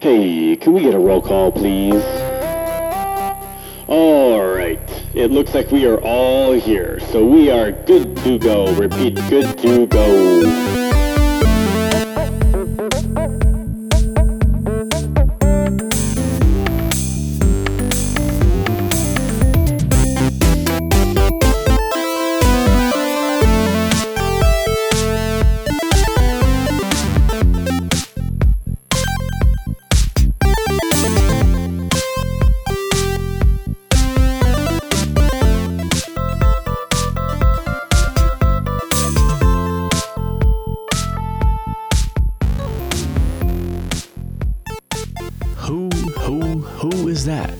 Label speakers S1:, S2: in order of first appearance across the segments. S1: Hey, can we get a roll call, please? All right. It looks like we are all here, so we are good to go. Repeat, good to go.
S2: Who, who, who is that?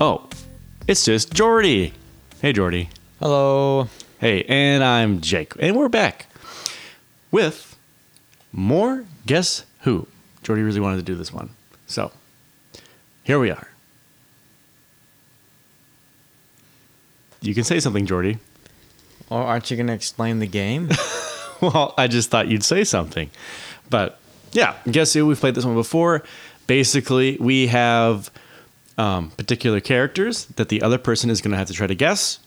S2: Oh, it's just Jordy. Hey, Jordy.
S3: Hello.
S2: Hey, and I'm Jake. And we're back with more Guess Who. Jordy really wanted to do this one. So, here we are. You can say something, Jordy.
S3: Or aren't you going to explain the game?
S2: well, I just thought you'd say something. But yeah, guess who? We've played this one before. Basically, we have um, particular characters that the other person is going to have to try to guess.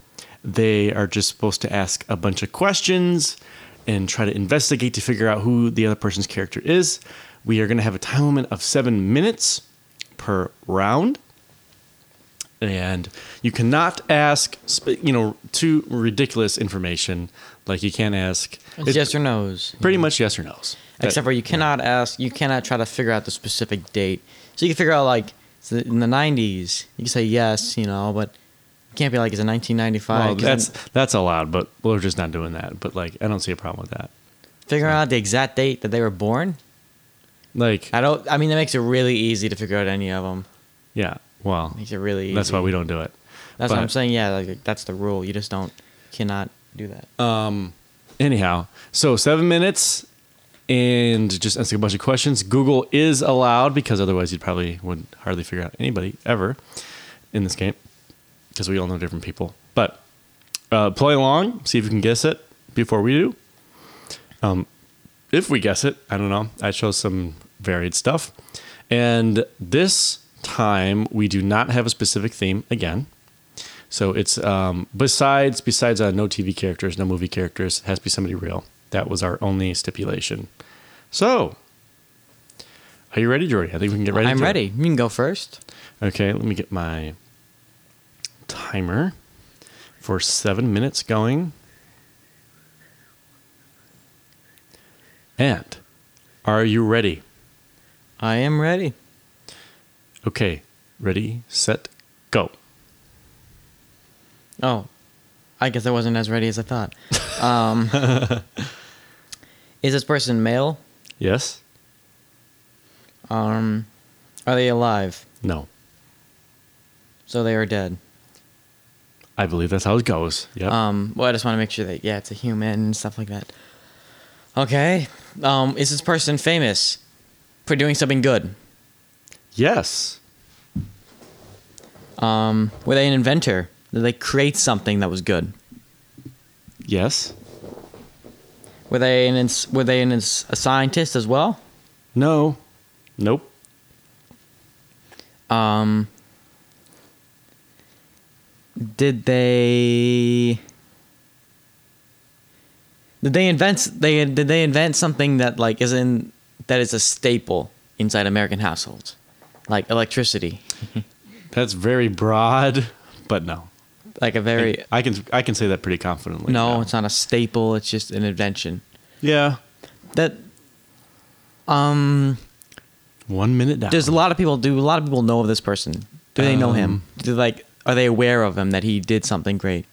S2: They are just supposed to ask a bunch of questions and try to investigate to figure out who the other person's character is. We are going to have a time limit of seven minutes per round and you cannot ask sp- you know too ridiculous information like you can't ask
S3: It's yes or no's.
S2: pretty much yes or no's That-
S3: Except for you cannot ask, you cannot try to figure out the specific date. So you can figure out like it's the- in the 90s, you can say yes, you know, but you can't be like it's in 1995.
S2: well,
S3: 'cause
S2: that's
S3: then
S2: that's allowed but we're just not doing that but like i don't see a problem with that
S3: figuring out the exact date that they were born.
S2: like
S3: I don't. I mean, that makes it really easy to figure out any of them.
S2: yeah well
S3: Makes it really. Easy.
S2: that's why we don't do it
S3: That's what I'm
S2: but-
S3: saying. Yeah, like that's the rule. You just don't cannot do that.
S2: anyhow so seven minutes and just ask a bunch of questions google is allowed because otherwise you'd probably would hardly figure out anybody ever in this game because we all know different people but uh, play along see if you can guess it before we do um, if we guess it i don't know i chose some varied stuff and this time we do not have a specific theme again so it's um, besides besides uh, no TV characters, no movie characters, it has to be somebody real. That was our only stipulation. So, are you ready, Jordy? I think we can get ready.
S3: I'm
S2: to-
S3: ready. You can go first.
S2: Okay, let me get my timer for seven minutes going. And are you ready?
S3: I am ready.
S2: Okay, ready, set, go.
S3: Oh, I guess I wasn't as ready as I thought. Um, is this person male?
S2: Yes?
S3: Um, are they alive?
S2: No.
S3: So they are dead.
S2: I believe that's how it goes. Yep.
S3: Um, well, I just want to make sure that yeah, it's a human and stuff like that. Okay. Um, is this person famous for doing something good?
S2: yes.
S3: Um, were they an inventor? Did they create something that was good?
S2: Yes.
S3: Were they an ins- were they an ins- a scientist as well?
S2: No. Nope.
S3: Um, did they did they invent they did they invent something that like is in that is a staple inside American households, like electricity,
S2: That's very broad, but no.
S3: like a very
S2: I can I can say that pretty confidently.
S3: no, it's not a staple. It's just an invention
S2: Yeah.
S3: that um.
S2: One minute down.
S3: There's a lot of people. Do a lot of people know of this person? Do they know him?
S2: Um,
S3: Do like are they aware of him that he did something great?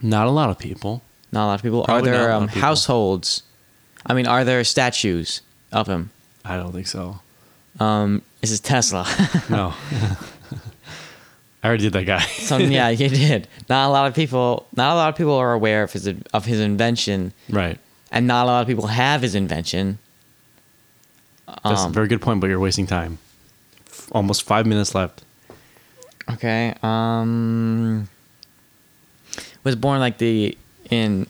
S2: Not a lot of people.
S3: Not a lot of people.
S2: Probably
S3: are
S2: not a
S3: there
S2: lot
S3: um,
S2: of people.
S3: households? I mean, are there statues of him?
S2: I don't think so.
S3: Um, this is Tesla.
S2: No. I already did that guy.
S3: so yeah, you did. Not a lot of people. Not a lot of people are aware of his of his invention,
S2: Right.
S3: and not a lot of people have his invention.
S2: That's a
S3: Um,
S2: very good point, but you're wasting time. F- Almost five minutes left.
S3: Okay. Um, was born like the in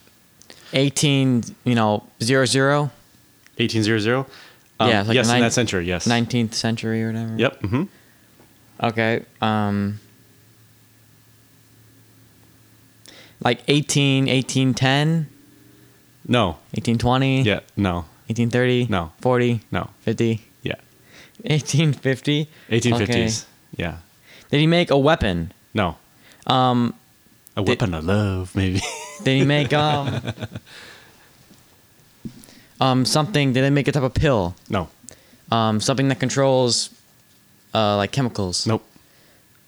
S3: eighteen you know zero zero.
S2: Eighteen zero zero. Um,
S3: Yeah, it's like
S2: yes,
S3: the
S2: in
S3: nine-
S2: that century, yes.
S3: 19th century or whatever.
S2: Yep. hmm
S3: Okay. Um, like 18, 1810,
S2: No.
S3: 1820,
S2: Yeah. No.
S3: 1830,
S2: No.
S3: 40,
S2: No.
S3: 50,
S2: Yeah.
S3: 1850.
S2: 1850s. Yeah.
S3: Did he make a weapon?
S2: No.
S3: Um,
S2: A weapon of love, maybe.
S3: did he make um, um something? Did they make a type of pill?
S2: no.
S3: Um, something that controls, uh, like chemicals.
S2: Nope.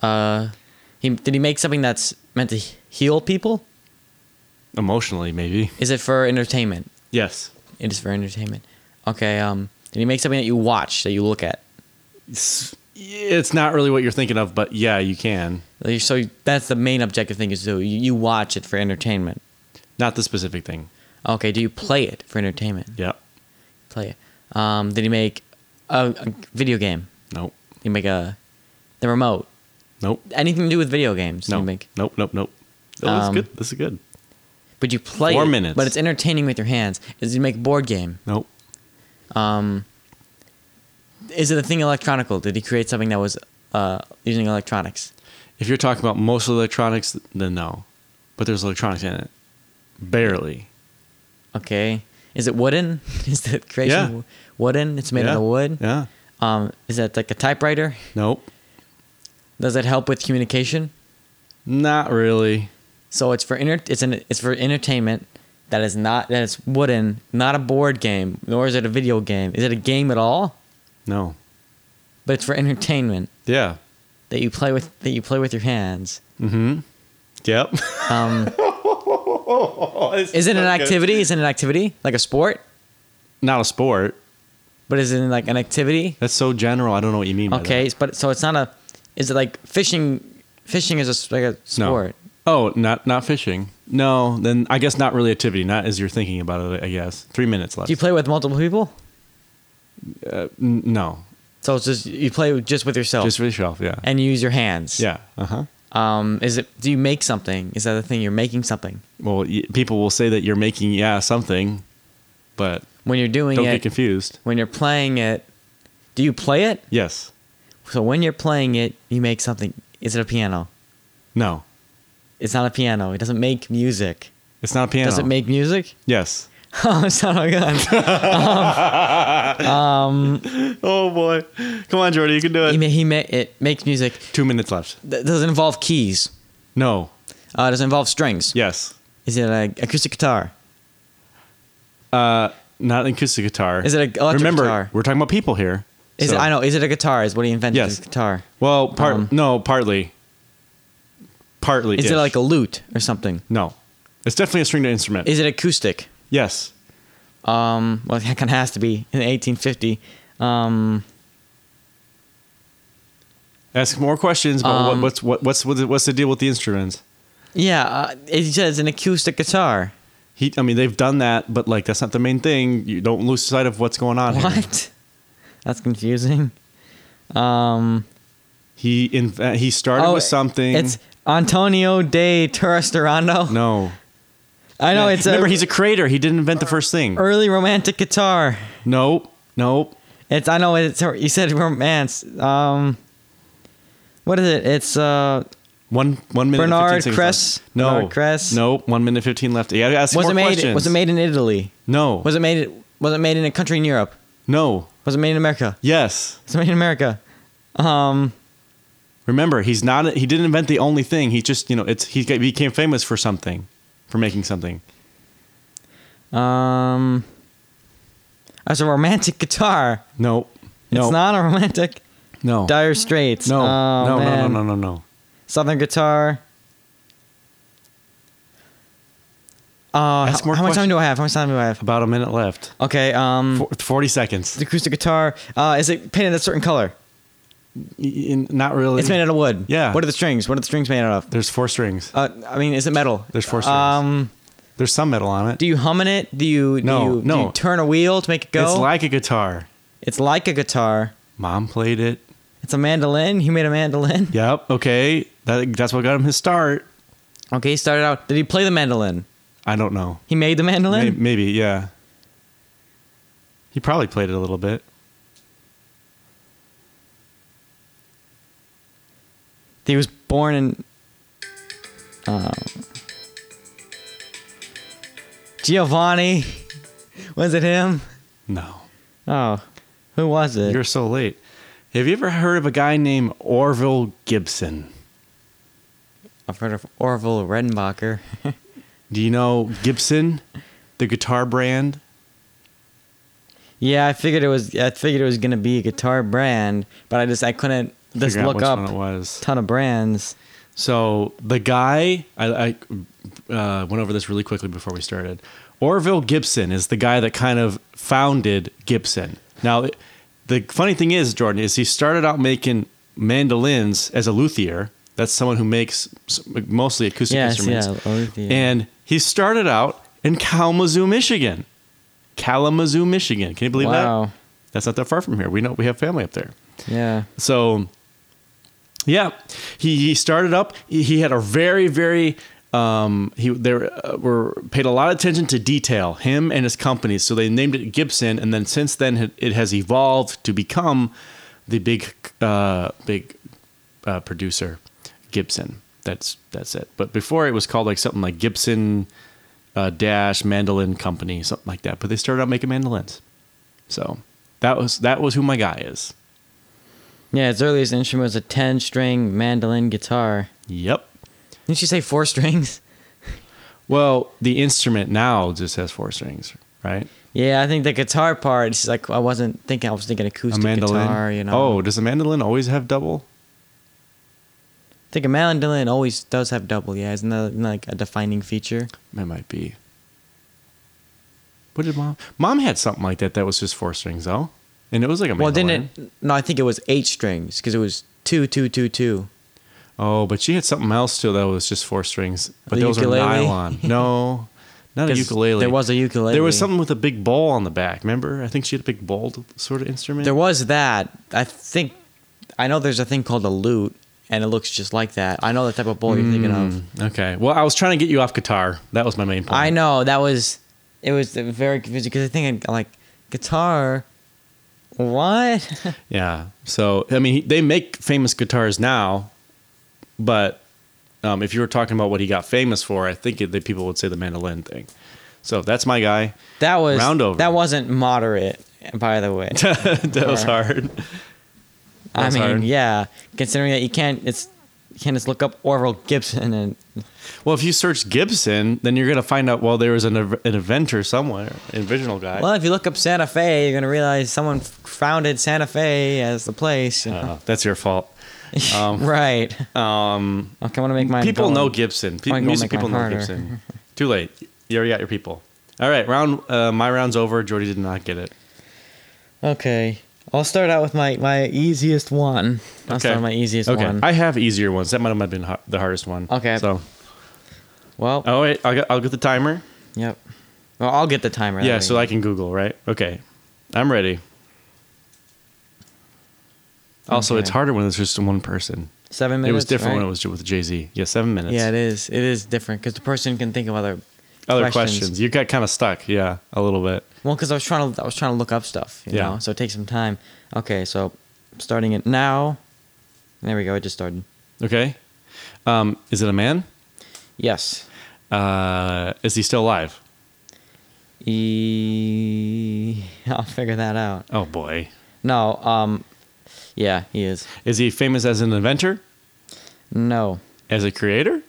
S3: Uh, he did he make something that's meant to he- heal people?
S2: Emotionally, maybe.
S3: Is it for entertainment?
S2: Yes.
S3: It is for entertainment. Okay. Um, did he make something that you watch that you look at?
S2: It's, it's not really what you're thinking of, but yeah, you can.
S3: Like, So that's the main objective thing is to you, you watch it for entertainment.
S2: Not the specific thing.
S3: Okay. Do you play it for entertainment?
S2: Yep.
S3: Play it. Um, did he make a, a video game?
S2: Nope.
S3: Did he make a the remote?
S2: Nope.
S3: Anything to do with video games? Did
S2: No.
S3: he make?
S2: Nope. Nope. Nope. Oh, this
S3: Um,
S2: is good. This is good.
S3: But you play
S2: Four
S3: it,
S2: minutes.
S3: But it's entertaining with your hands. Is you make a board game?
S2: Nope.
S3: Is it a thing electronical? Did he create something that was uh, using electronics?
S2: If you're talking about most electronics, then no. But there's electronics in it. Barely.
S3: Okay. Is it wooden? Is the creation
S2: Yeah.
S3: wo- wooden? It's made
S2: yeah.
S3: out of wood.
S2: Yeah.
S3: Um, is that like a typewriter?
S2: Nope.
S3: Does it help with communication?
S2: Not really.
S3: So it's for inter- it's an it's for entertainment. That is not that it's wooden, not a board game, nor is it a video game. Is it a game at all?
S2: No.
S3: But it's for entertainment
S2: Yeah.
S3: that you play with that you play with your hands.
S2: Yep.
S3: Um, is it an activity? Is it an activity like a sport?
S2: Not a sport.
S3: But is it like an activity?
S2: That's so general. I don't know what you mean by that.
S3: Okay, but so it's not a. Is it like fishing? Fishing is a s- like a
S2: No.
S3: sport.
S2: Oh, not not fishing. No, then I guess not really activity. Not as you're thinking about it. I guess three minutes left.
S3: Do you play with multiple people?
S2: N- no,
S3: So it's just you play with- just with yourself
S2: just for the shelf. Yeah.
S3: and you use your hands.
S2: yeah. Uh huh.
S3: Um, is it? Do you make something? Is that the thing you're making something
S2: Well, y- people will say that you're making yeah something, but
S3: when you're doing
S2: don't get
S3: it?
S2: confused.
S3: When you're playing it, do you play it?
S2: Yes.
S3: So when you're playing it, you make something. Is it a piano?
S2: No.
S3: It's not a piano. It doesn't make music.
S2: It's not a piano.
S3: Does it make music?
S2: Yes.
S3: Oh, it's not Um, a gun.
S2: Oh boy. Come on, Jordy. You can do
S3: he ma- he ma- it makes music.
S2: Two minutes left.
S3: Th- does it involve keys?
S2: No.
S3: Uh, does it involve strings?
S2: Yes.
S3: Is it an acoustic guitar?
S2: Not an acoustic guitar.
S3: Is it an electric
S2: Remember,
S3: guitar?
S2: we're talking about people here.
S3: Is
S2: so-
S3: it, I know. Is it a guitar? Is what he invented?
S2: Yes.
S3: Is guitar.
S2: Well, part
S3: Um,
S2: no, partly. Partly.
S3: Is
S2: ish.
S3: it like a lute or something?
S2: no? It's definitely a stringed instrument.
S3: Is it acoustic?
S2: yes.
S3: Um, well, that kind of has to be in 1850. Um,
S2: Ask more questions about what,
S3: Um,
S2: what's what, what's what's the- what's the deal with the instruments.
S3: yeah, uh, it says an acoustic guitar.
S2: He, I mean, they've done that, but like that's not the main thing. You don't lose sight of what's going on. Here.
S3: What? That's confusing. Um,
S2: He inv- he started with something.
S3: Oh, It's Antonio de Turastorando.
S2: no.
S3: I know
S2: Yeah.
S3: it's
S2: remember
S3: a Uh,
S2: he's a creator. He didn't invent the first thing.
S3: early romantic guitar.
S2: nope, nope.
S3: It's I know it's you said romance. Um, what is it? It's uh.
S2: One one minute. and
S3: Bernard
S2: 15 seconds
S3: Kress?
S2: left. No.
S3: Bernard Kress?
S2: Nope. One minute fifteen left. Yeah. Ask
S3: Was
S2: more
S3: it made?
S2: questions.
S3: Was it made in Italy?
S2: No.
S3: Was it made? Was it made in a country in Europe?
S2: no.
S3: Was it made in America?
S2: Yes.
S3: Was it made in America? Um,
S2: Remember, he's not. He didn't invent the only thing. He just, you know, it's he became famous for something, for making something.
S3: um, that's a romantic guitar.
S2: No, no,
S3: It's not a romantic.
S2: No,
S3: Dire Straits.
S2: no,
S3: Oh,
S2: no, no, no,
S3: man.
S2: no, no, no.
S3: Southern guitar. Uh,
S2: Ask
S3: how,
S2: more
S3: how much time
S2: questions.
S3: do I have? How much time do I have?
S2: About a minute left.
S3: Okay. Um,
S2: Four- Forty
S3: the
S2: seconds.
S3: acoustic guitar. Uh, is it painted a certain color?
S2: In- not really.
S3: It's made out of wood.
S2: Yeah.
S3: What are the strings? What are the strings made out of?
S2: There's four strings.
S3: Uh, I mean, is it metal?
S2: There's four strings.
S3: Um,
S2: There's some metal on it.
S3: do you hum in it? Do you
S2: No,
S3: do you, do
S2: no.
S3: you turn a wheel to make it go?
S2: It's like a guitar.
S3: it's like a guitar.
S2: Mom played it.
S3: It's a mandolin. He made a mandolin.
S2: Yep. Okay. That that's what got him his start.
S3: Okay, he started out. Did he play the mandolin?
S2: I don't know.
S3: He made the
S2: May-
S3: mandolin.
S2: maybe yeah. He probably played it a little bit.
S3: He was born in. Uh, Giovanni. Was it him?
S2: No.
S3: Oh, who was it?
S2: You're so late. Have you ever heard of a guy named Orville Gibson?
S3: I've heard of Orville Redenbacher.
S2: Do you know Gibson, the guitar brand?
S3: yeah, I figured it was. I figured it was gonna be a guitar brand, but I just I couldn't just
S2: Figure out
S3: look
S2: which
S3: up
S2: one it was.
S3: ton of brands.
S2: So the guy, I, I uh, went over this really quickly before we started. Orville Gibson is the guy that kind of founded Gibson. Now, the funny thing is, Jordan, is he started out making mandolins as a luthier. That's someone who makes s- mostly acoustic
S3: Yes,
S2: instruments.
S3: yeah, a luthier.
S2: And he started out in Kalamazoo, Michigan. Kalamazoo, Michigan. Can you believe
S3: Wow.
S2: that? That's not that far from here. We know we have family up there.
S3: Yeah.
S2: So, yeah, he, he started up. He, he had a very very um, he they uh, were paid a lot of attention to detail. Him and his company. So they named it Gibson, and then since then it- it has evolved to become the big uh, big uh, producer Gibson. That's that's it. But before it was called like something like Gibson uh, Dash Mandolin Company, something like that. But they started out making mandolins. So that was that was who my guy is.
S3: Yeah, its earliest instrument was a 10 string mandolin guitar.
S2: Yep.
S3: Didn't you say four strings?
S2: Well, the instrument now just has four strings, right?
S3: Yeah, I think the guitar part, it's like I wasn't thinking, I was thinking acoustic guitar, you know.
S2: Oh, does a mandolin always have double?
S3: I think a mandolin always does have double, yeah. Isn't that like a defining feature?
S2: It might be. What did mom? Mom had something like that. That was just four strings, though, and it was like a
S3: Well,
S2: mandolin.
S3: didn't it? No, I think it was eight strings because it was two, two, two, two.
S2: Oh, but she had something else too that was just four strings, but
S3: The
S2: those
S3: ukulele?
S2: were nylon. No, not a
S3: 'Cause
S2: ukulele.
S3: there was a ukulele.
S2: There was something with a big bowl on the back. Remember? I think she had a big bowl sort of instrument.
S3: There was that. I think, I know there's a thing called a lute and it looks just like that. I know the type of bowl you're thinking
S2: Mm,
S3: of.
S2: okay. Well, I was trying to get you off guitar. That was my main point.
S3: I know that was it was very confusing because I think I like guitar. What?
S2: Yeah. So I mean, he- they make famous guitars now, but um, if you were talking about what he got famous for, I think it, that people would say the mandolin thing. So that's my guy.
S3: that was
S2: Round over.
S3: That wasn't moderate, by the way.
S2: that was hard.
S3: I
S2: was
S3: mean,
S2: hard.
S3: yeah. Considering that you can't, it's you can't just look up Orville Gibson and
S2: Well, if you search Gibson, then you're gonna find out. Well, there was an ev- an inventor somewhere, an original guy.
S3: well, if you look up Santa Fe, you're gonna realize someone f- founded Santa Fe as the place. you know?
S2: Uh, that's your fault. Um,
S3: right.
S2: um,
S3: Okay, I want to make my
S2: people know Gibson.
S3: I'm
S2: Pe-
S3: gonna
S2: music
S3: make
S2: people know
S3: mine harder.
S2: Gibson. Too late. You already got your people. All right, round. Uh, my round's over. Jordy did not get it.
S3: Okay, I'll start out with my my easiest one. I'll start with my easiest
S2: okay.
S3: one.
S2: I have easier ones. That might have been har- the hardest one.
S3: Okay.
S2: So,
S3: well,
S2: oh wait, I'll get, I'll get the timer.
S3: Yep. Well, I'll get the timer.
S2: Yeah,
S3: that
S2: so
S3: way.
S2: I can Google, right? Okay, I'm ready. Also,
S3: Okay.
S2: it's harder when it's just one person.
S3: seven
S2: it
S3: minutes.
S2: was different when
S3: right?
S2: it was with Jay Z. Yeah, seven minutes.
S3: Yeah, it is. It is different because the person can think of other
S2: Other
S3: questions.
S2: questions. You got kind of stuck. Yeah, a little bit.
S3: Well, because I was trying to I was trying to look up stuff. You
S2: Yeah.
S3: know, so it takes some time. Okay, so starting it now. There we go. It just started.
S2: Okay. Um, is it a man?
S3: Yes.
S2: Uh, is he still alive?
S3: E. I'll figure that out.
S2: Oh boy.
S3: No. Um. Yeah, he is.
S2: Is he famous as an inventor?
S3: No.
S2: As a creator?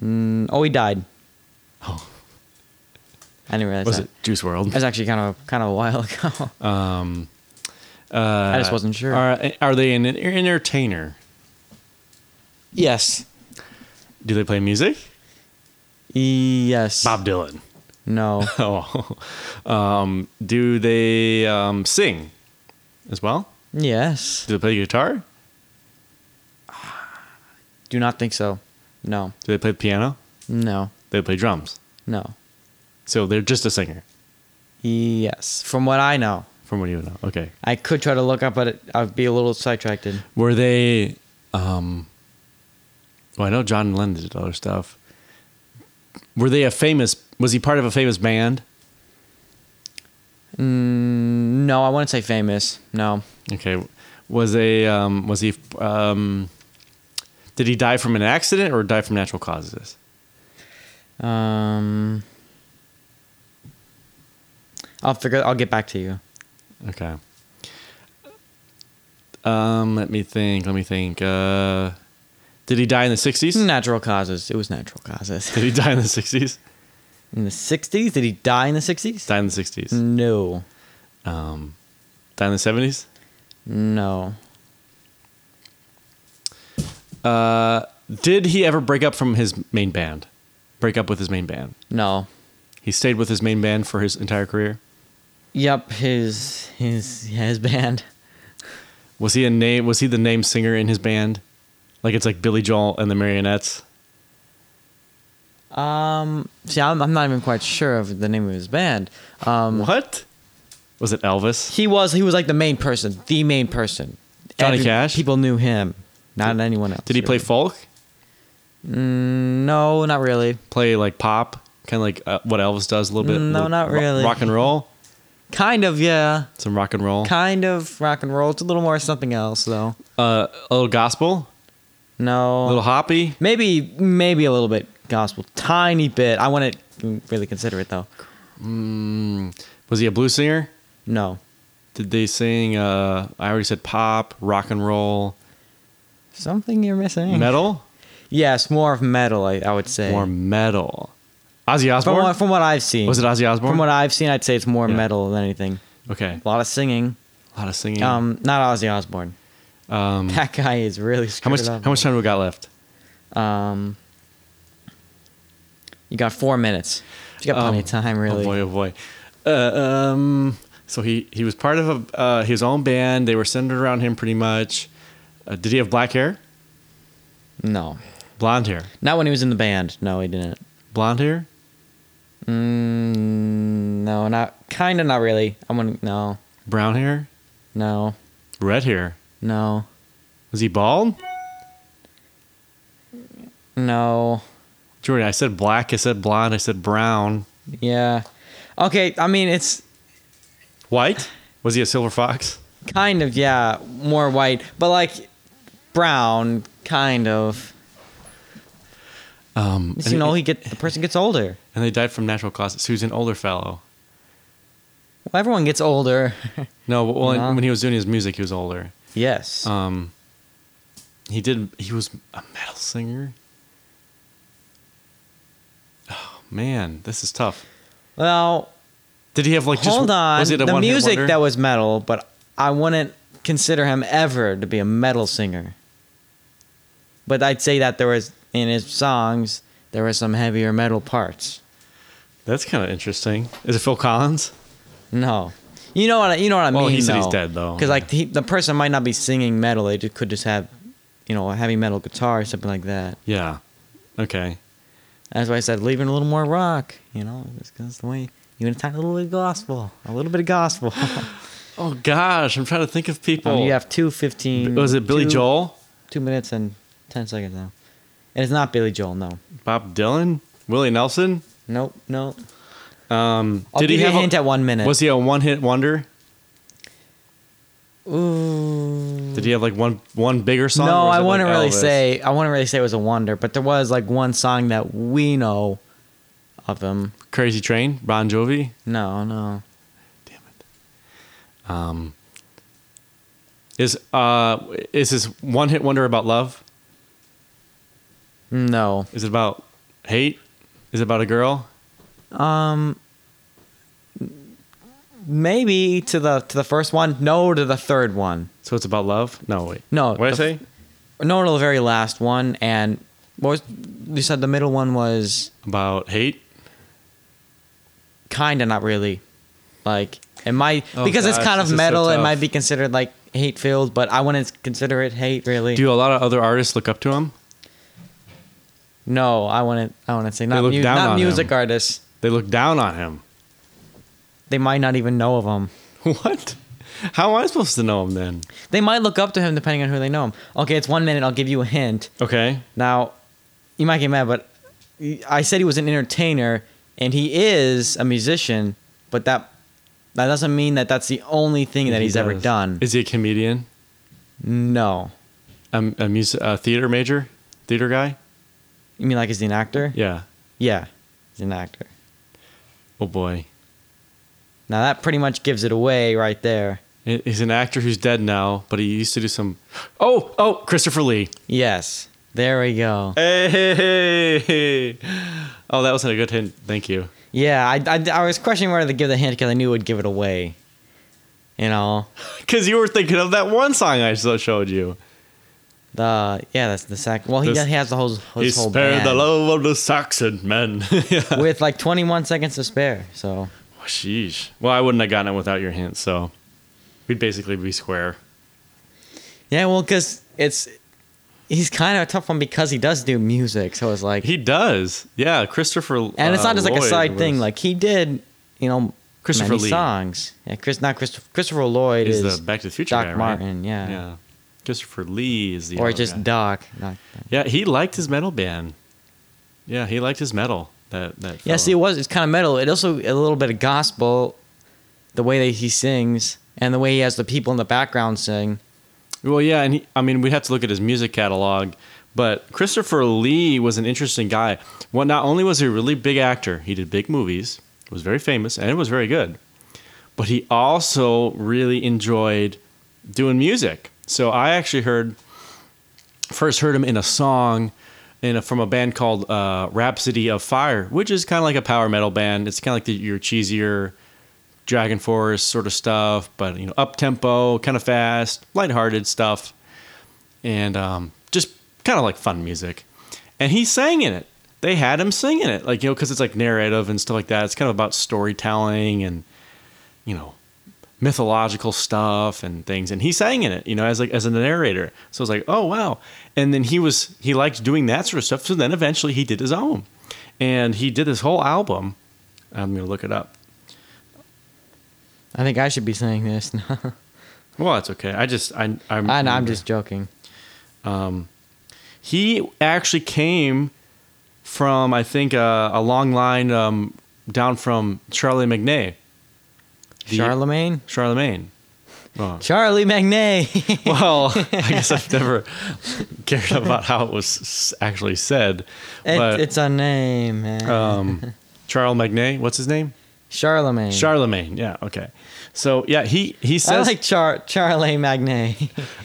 S3: Mm, Oh, he died.
S2: Oh,
S3: I didn't realize
S2: was
S3: that.
S2: it Juice World?
S3: That was actually kind of kind of a while ago.
S2: Um, uh, I
S3: just wasn't sure.
S2: Are, are they an entertainer?
S3: yes.
S2: Do they play music?
S3: Yes.
S2: Bob Dylan.
S3: No.
S2: Oh, um, do they um, sing as well?
S3: yes.
S2: Do they play guitar?
S3: Do not think so. No.
S2: Do they play piano?
S3: No.
S2: Do they play drums.
S3: No.
S2: So they're just a singer,
S3: Yes. From what I know,
S2: from what you know. Okay.
S3: I could try to look up, but it, I'd be a little sidetracked.
S2: Were they? Um, well, I know John Lennon did other stuff. Were they a famous? Was he part of a famous band?
S3: Mm, no, I wouldn't say famous. No.
S2: Okay. Was a um, was he um, Did he die from an accident or die from natural causes?
S3: Um, I'll figure. I'll get back to you.
S2: Okay. Um, let me think. Let me think. Uh, did he die in the 60s?
S3: Natural causes. It was natural causes.
S2: Did he die in the 60s?
S3: In the '60s, did he die in the '60s?
S2: Die in the
S3: Mm.
S2: 60s.
S3: No,
S2: Um, die in the 70s?
S3: no.
S2: Did he ever break up from his main band? Break up with his main band?
S3: No.
S2: He stayed with his main band for his entire career?
S3: Yep, his his yeah, his band.
S2: Was he a name? Was he the name singer in his band? Like it's like Billy Joel and the Marionettes.
S3: Um, see, I'm, I'm not even quite sure of the name of his band. Um,
S2: What? Was it Elvis?
S3: he was he was like the main person, the main person.
S2: Johnny Cash?
S3: People knew him, not anyone else.
S2: Did he play
S3: really.
S2: folk?
S3: Mm, no, not really.
S2: Play like pop? Kind of like uh, what Elvis does a little bit.
S3: Mm, No,
S2: little
S3: not
S2: ro-
S3: really.
S2: rock and roll.
S3: Kind of, yeah.
S2: Some rock and roll.
S3: Kind of rock and roll. It's a little more something else though.
S2: Uh, a little gospel.
S3: No.
S2: A little hoppy.
S3: maybe maybe a little bit gospel, tiny bit. I wouldn't really consider it though.
S2: Mm. Was he a blues singer?
S3: No.
S2: Did they sing? Uh, I already said pop, rock and roll,
S3: Something you're missing.
S2: metal.
S3: Yes, more of metal. I, I would say.
S2: More metal. Ozzy
S3: From
S2: Osbourne.
S3: what, from what I've seen.
S2: Was it Ozzy Osbourne?
S3: From what I've seen, I'd say it's more
S2: Yeah.
S3: metal than anything.
S2: okay.
S3: A lot of singing.
S2: A lot of singing.
S3: Um, not Ozzy Osbourne.
S2: Um,
S3: That guy is really
S2: how much?
S3: screwed
S2: How
S3: up.
S2: much time do we got left?
S3: Um, you got four minutes. You got plenty of time, really.
S2: Oh boy, oh boy. Uh, um, so he he was part of a, uh, his own band. They were centered around him pretty much. Uh, did he have black hair?
S3: No,
S2: Blonde hair.
S3: not when he was in the band. No, he didn't.
S2: Blonde hair.
S3: Mm, no, not kind of, not really. I'm gonna no,
S2: Brown hair.
S3: no,
S2: Red hair.
S3: no,
S2: Was he bald?
S3: no.
S2: Jordan, I said black. I said blonde. I said brown.
S3: Yeah. Okay. I mean, it's
S2: White. Was he a silver fox?
S3: kind of yeah, more white, but like brown, kind of.
S2: Um,
S3: Just,
S2: and,
S3: you know,
S2: he-
S3: he get the person gets older.
S2: and they died from natural causes. Who's an older fellow?
S3: Well, everyone gets older.
S2: No, well,
S3: No.
S2: when he was doing his music, he was older.
S3: yes.
S2: Um, he did. He was a metal singer. Oh man, this is tough.
S3: well,
S2: Did he have like? just,
S3: hold on.
S2: Was it a
S3: the
S2: one-hit
S3: music
S2: wonder?
S3: that was metal, but I wouldn't consider him ever to be a metal singer. But I'd say that there was in his songs there were some heavier metal parts.
S2: That's kind of interesting. Is it Phil Collins?
S3: No. You know what I, you know what I
S2: Well,
S3: mean.
S2: he said he's dead, though.
S3: Because like he, the person might not be singing metal; they just, could just have, you know, a heavy metal guitar or something like that.
S2: Yeah. Okay.
S3: That's why I said leaving a little more rock. You know, just 'cause the way you want to a little bit of gospel, a little bit of gospel.
S2: Oh gosh, I'm trying to think of people.
S3: Um, you have two fifteen.
S2: was it Billy
S3: two-
S2: Joel,
S3: Two minutes and ten seconds now, and it's not Billy Joel. No,
S2: Bob Dylan, Willie Nelson?
S3: nope, no.
S2: Um,
S3: I'll
S2: did
S3: give
S2: he
S3: you
S2: have
S3: a hint at one minute.
S2: Was he a one-hit wonder?
S3: Ooh.
S2: Did he have like one one bigger song?
S3: no,
S2: or was
S3: I
S2: it, like,
S3: wouldn't really
S2: Elvis?
S3: say. I wouldn't really say it was a wonder, but there was like one song that we know of him.
S2: Crazy Train, Bon Jovi.
S3: No, no.
S2: Damn it. Um, is uh is this one hit wonder about love?
S3: No.
S2: Is it about hate? Is it about a girl?
S3: Um maybe to the to the first one, no to the third one.
S2: So it's about love? No, wait.
S3: No,
S2: What did I
S3: the
S2: say?
S3: No to the very last one and what was you said the middle one was
S2: About hate?
S3: kinda not really. Like it might
S2: Oh,
S3: because it's
S2: gosh,
S3: kind
S2: this
S3: of
S2: is so
S3: metal, it
S2: tough.
S3: might be considered like hate filled, but I wouldn't consider it hate really.
S2: Do a lot of other artists look up to him?
S3: no, I wouldn't I wouldn't say not,
S2: look
S3: mu-
S2: down
S3: not
S2: on
S3: music
S2: him.
S3: artists.
S2: They look down on him.
S3: They might not even know of him.
S2: What? How am I supposed to know him then?
S3: They might look up to him depending on who they know him. Okay, it's one minute. I'll give you a hint.
S2: Okay.
S3: Now, you might get mad, but I said he was an entertainer, and he is a musician, but that that doesn't mean that that's the only thing that
S2: He
S3: he's ever
S2: does.
S3: done.
S2: Is he a comedian?
S3: no,
S2: A, a, mus- a theater major? Theater guy?
S3: You mean like is he an actor?
S2: Yeah.
S3: Yeah, he's an actor.
S2: Oh boy.
S3: Now that pretty much gives it away right there.
S2: He- He's an actor who's dead now, but he used to do some. Oh, oh, Christopher Lee.
S3: Yes, there we go.
S2: Hey, hey, hey. Oh, that wasn't a good hint. Thank you.
S3: Yeah, I, I, I was questioning whether to give the hint because I knew it would give it away. You know,
S2: Because you were thinking of that one song I so showed you.
S3: the yeah, that's the second. Well, he,
S2: This-
S3: does- he has the whole his
S2: He
S3: whole
S2: spared
S3: band
S2: the love of the Saxon men. yeah.
S3: with like 21 seconds to spare. So
S2: Sheesh. Well, I wouldn't have gotten it without your hint, so we'd basically be square.
S3: yeah, well, because it's he's kind of a tough one because he does do music. So it's like,
S2: He does. Yeah, Christopher.
S3: and it's
S2: uh,
S3: not just like a
S2: Lloyd
S3: side
S2: was-
S3: thing. Like he did, you know,
S2: Christopher
S3: many
S2: Lee.
S3: songs. Yeah, Chris, not Christopher. Christopher Lloyd
S2: is
S3: is,
S2: the Back to the Future
S3: Doc
S2: guy, right?
S3: Martin, yeah.
S2: Yeah. Christopher Lee is the
S3: or
S2: other
S3: just
S2: guy.
S3: Doc. Not,
S2: Yeah, he liked his metal band. Yeah, he liked his metal. That that.
S3: Yeah,
S2: fellow.
S3: see, it was it's kind of metal. It also a little bit of gospel, the way that he sings and the way he has the people in the background sing.
S2: Well, yeah, and he, I mean, we'd have to look at his music catalog, but Christopher Lee was an interesting guy. Well, not only was he a really big actor, he did big movies, was very famous, and it was very good, but he also really enjoyed doing music. So I actually heard first heard him in a song in a, from a band called uh, Rhapsody of Fire, which is kind of like a power metal band. It's kind of like the, your cheesier Dragon Force sort of stuff, but you know, up tempo, kind of fast, lighthearted stuff, and um, just kind of like fun music. And he sang in it. They had him singing it, like you know, because it's like narrative and stuff like that. It's kind of about storytelling and you know, mythological stuff and things. And he sang in it, you know, as like as a narrator. So I was like, oh wow. And then he was he liked doing that sort of stuff. So then eventually he did his own, and he did this whole album. I'm gonna look it up.
S3: I think I should be saying this. No,
S2: Well, that's okay. I just I I'm,
S3: I know, I'm just joking.
S2: he actually came from I think uh, a long line um, down from Charlie McNay. The-
S3: Charlemagne,
S2: Charlemagne. Oh.
S3: Charlie McNay.
S2: Well, I guess I've never cared about how it was s- actually said.
S3: it,
S2: But
S3: it's a name, man.
S2: um, Charles Magnay, what's his name?
S3: Charlemagne.
S2: Charlemagne. Yeah. Okay. So yeah, he he
S3: I
S2: says
S3: like Char Charlie Magnay.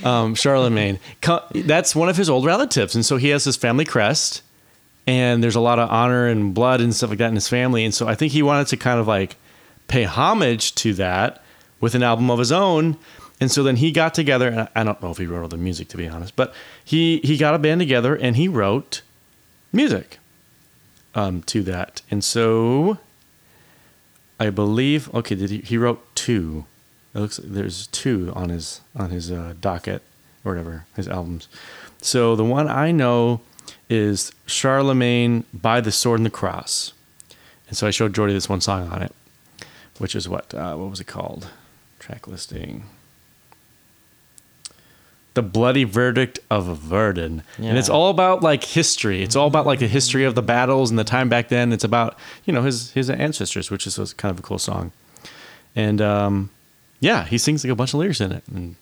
S2: um, Charlemagne. Co- That's one of his old relatives, and so he has his family crest, and there's a lot of honor and blood and stuff like that in his family, and so I think he wanted to kind of like pay homage to that with an album of his own, and so then he got together. And I- I don't know if he wrote all the music to be honest, but he he got a band together and he wrote music um, to that, and so I believe okay, did he, he wrote two. It looks like there's two on his on his uh, docket or whatever his albums. So the one I know is Charlemagne by the Sword and the Cross, and so I showed Jordy this one song on it, which is what uh, what was it called? Track listing. The bloody verdict of Verdun, and it's
S3: Yeah.
S2: all about like history. It's all about like the history of the battles and the time back then. It's about you know his his ancestors, which is was kind of a cool song, and um, yeah, he sings like a bunch of lyrics in it. And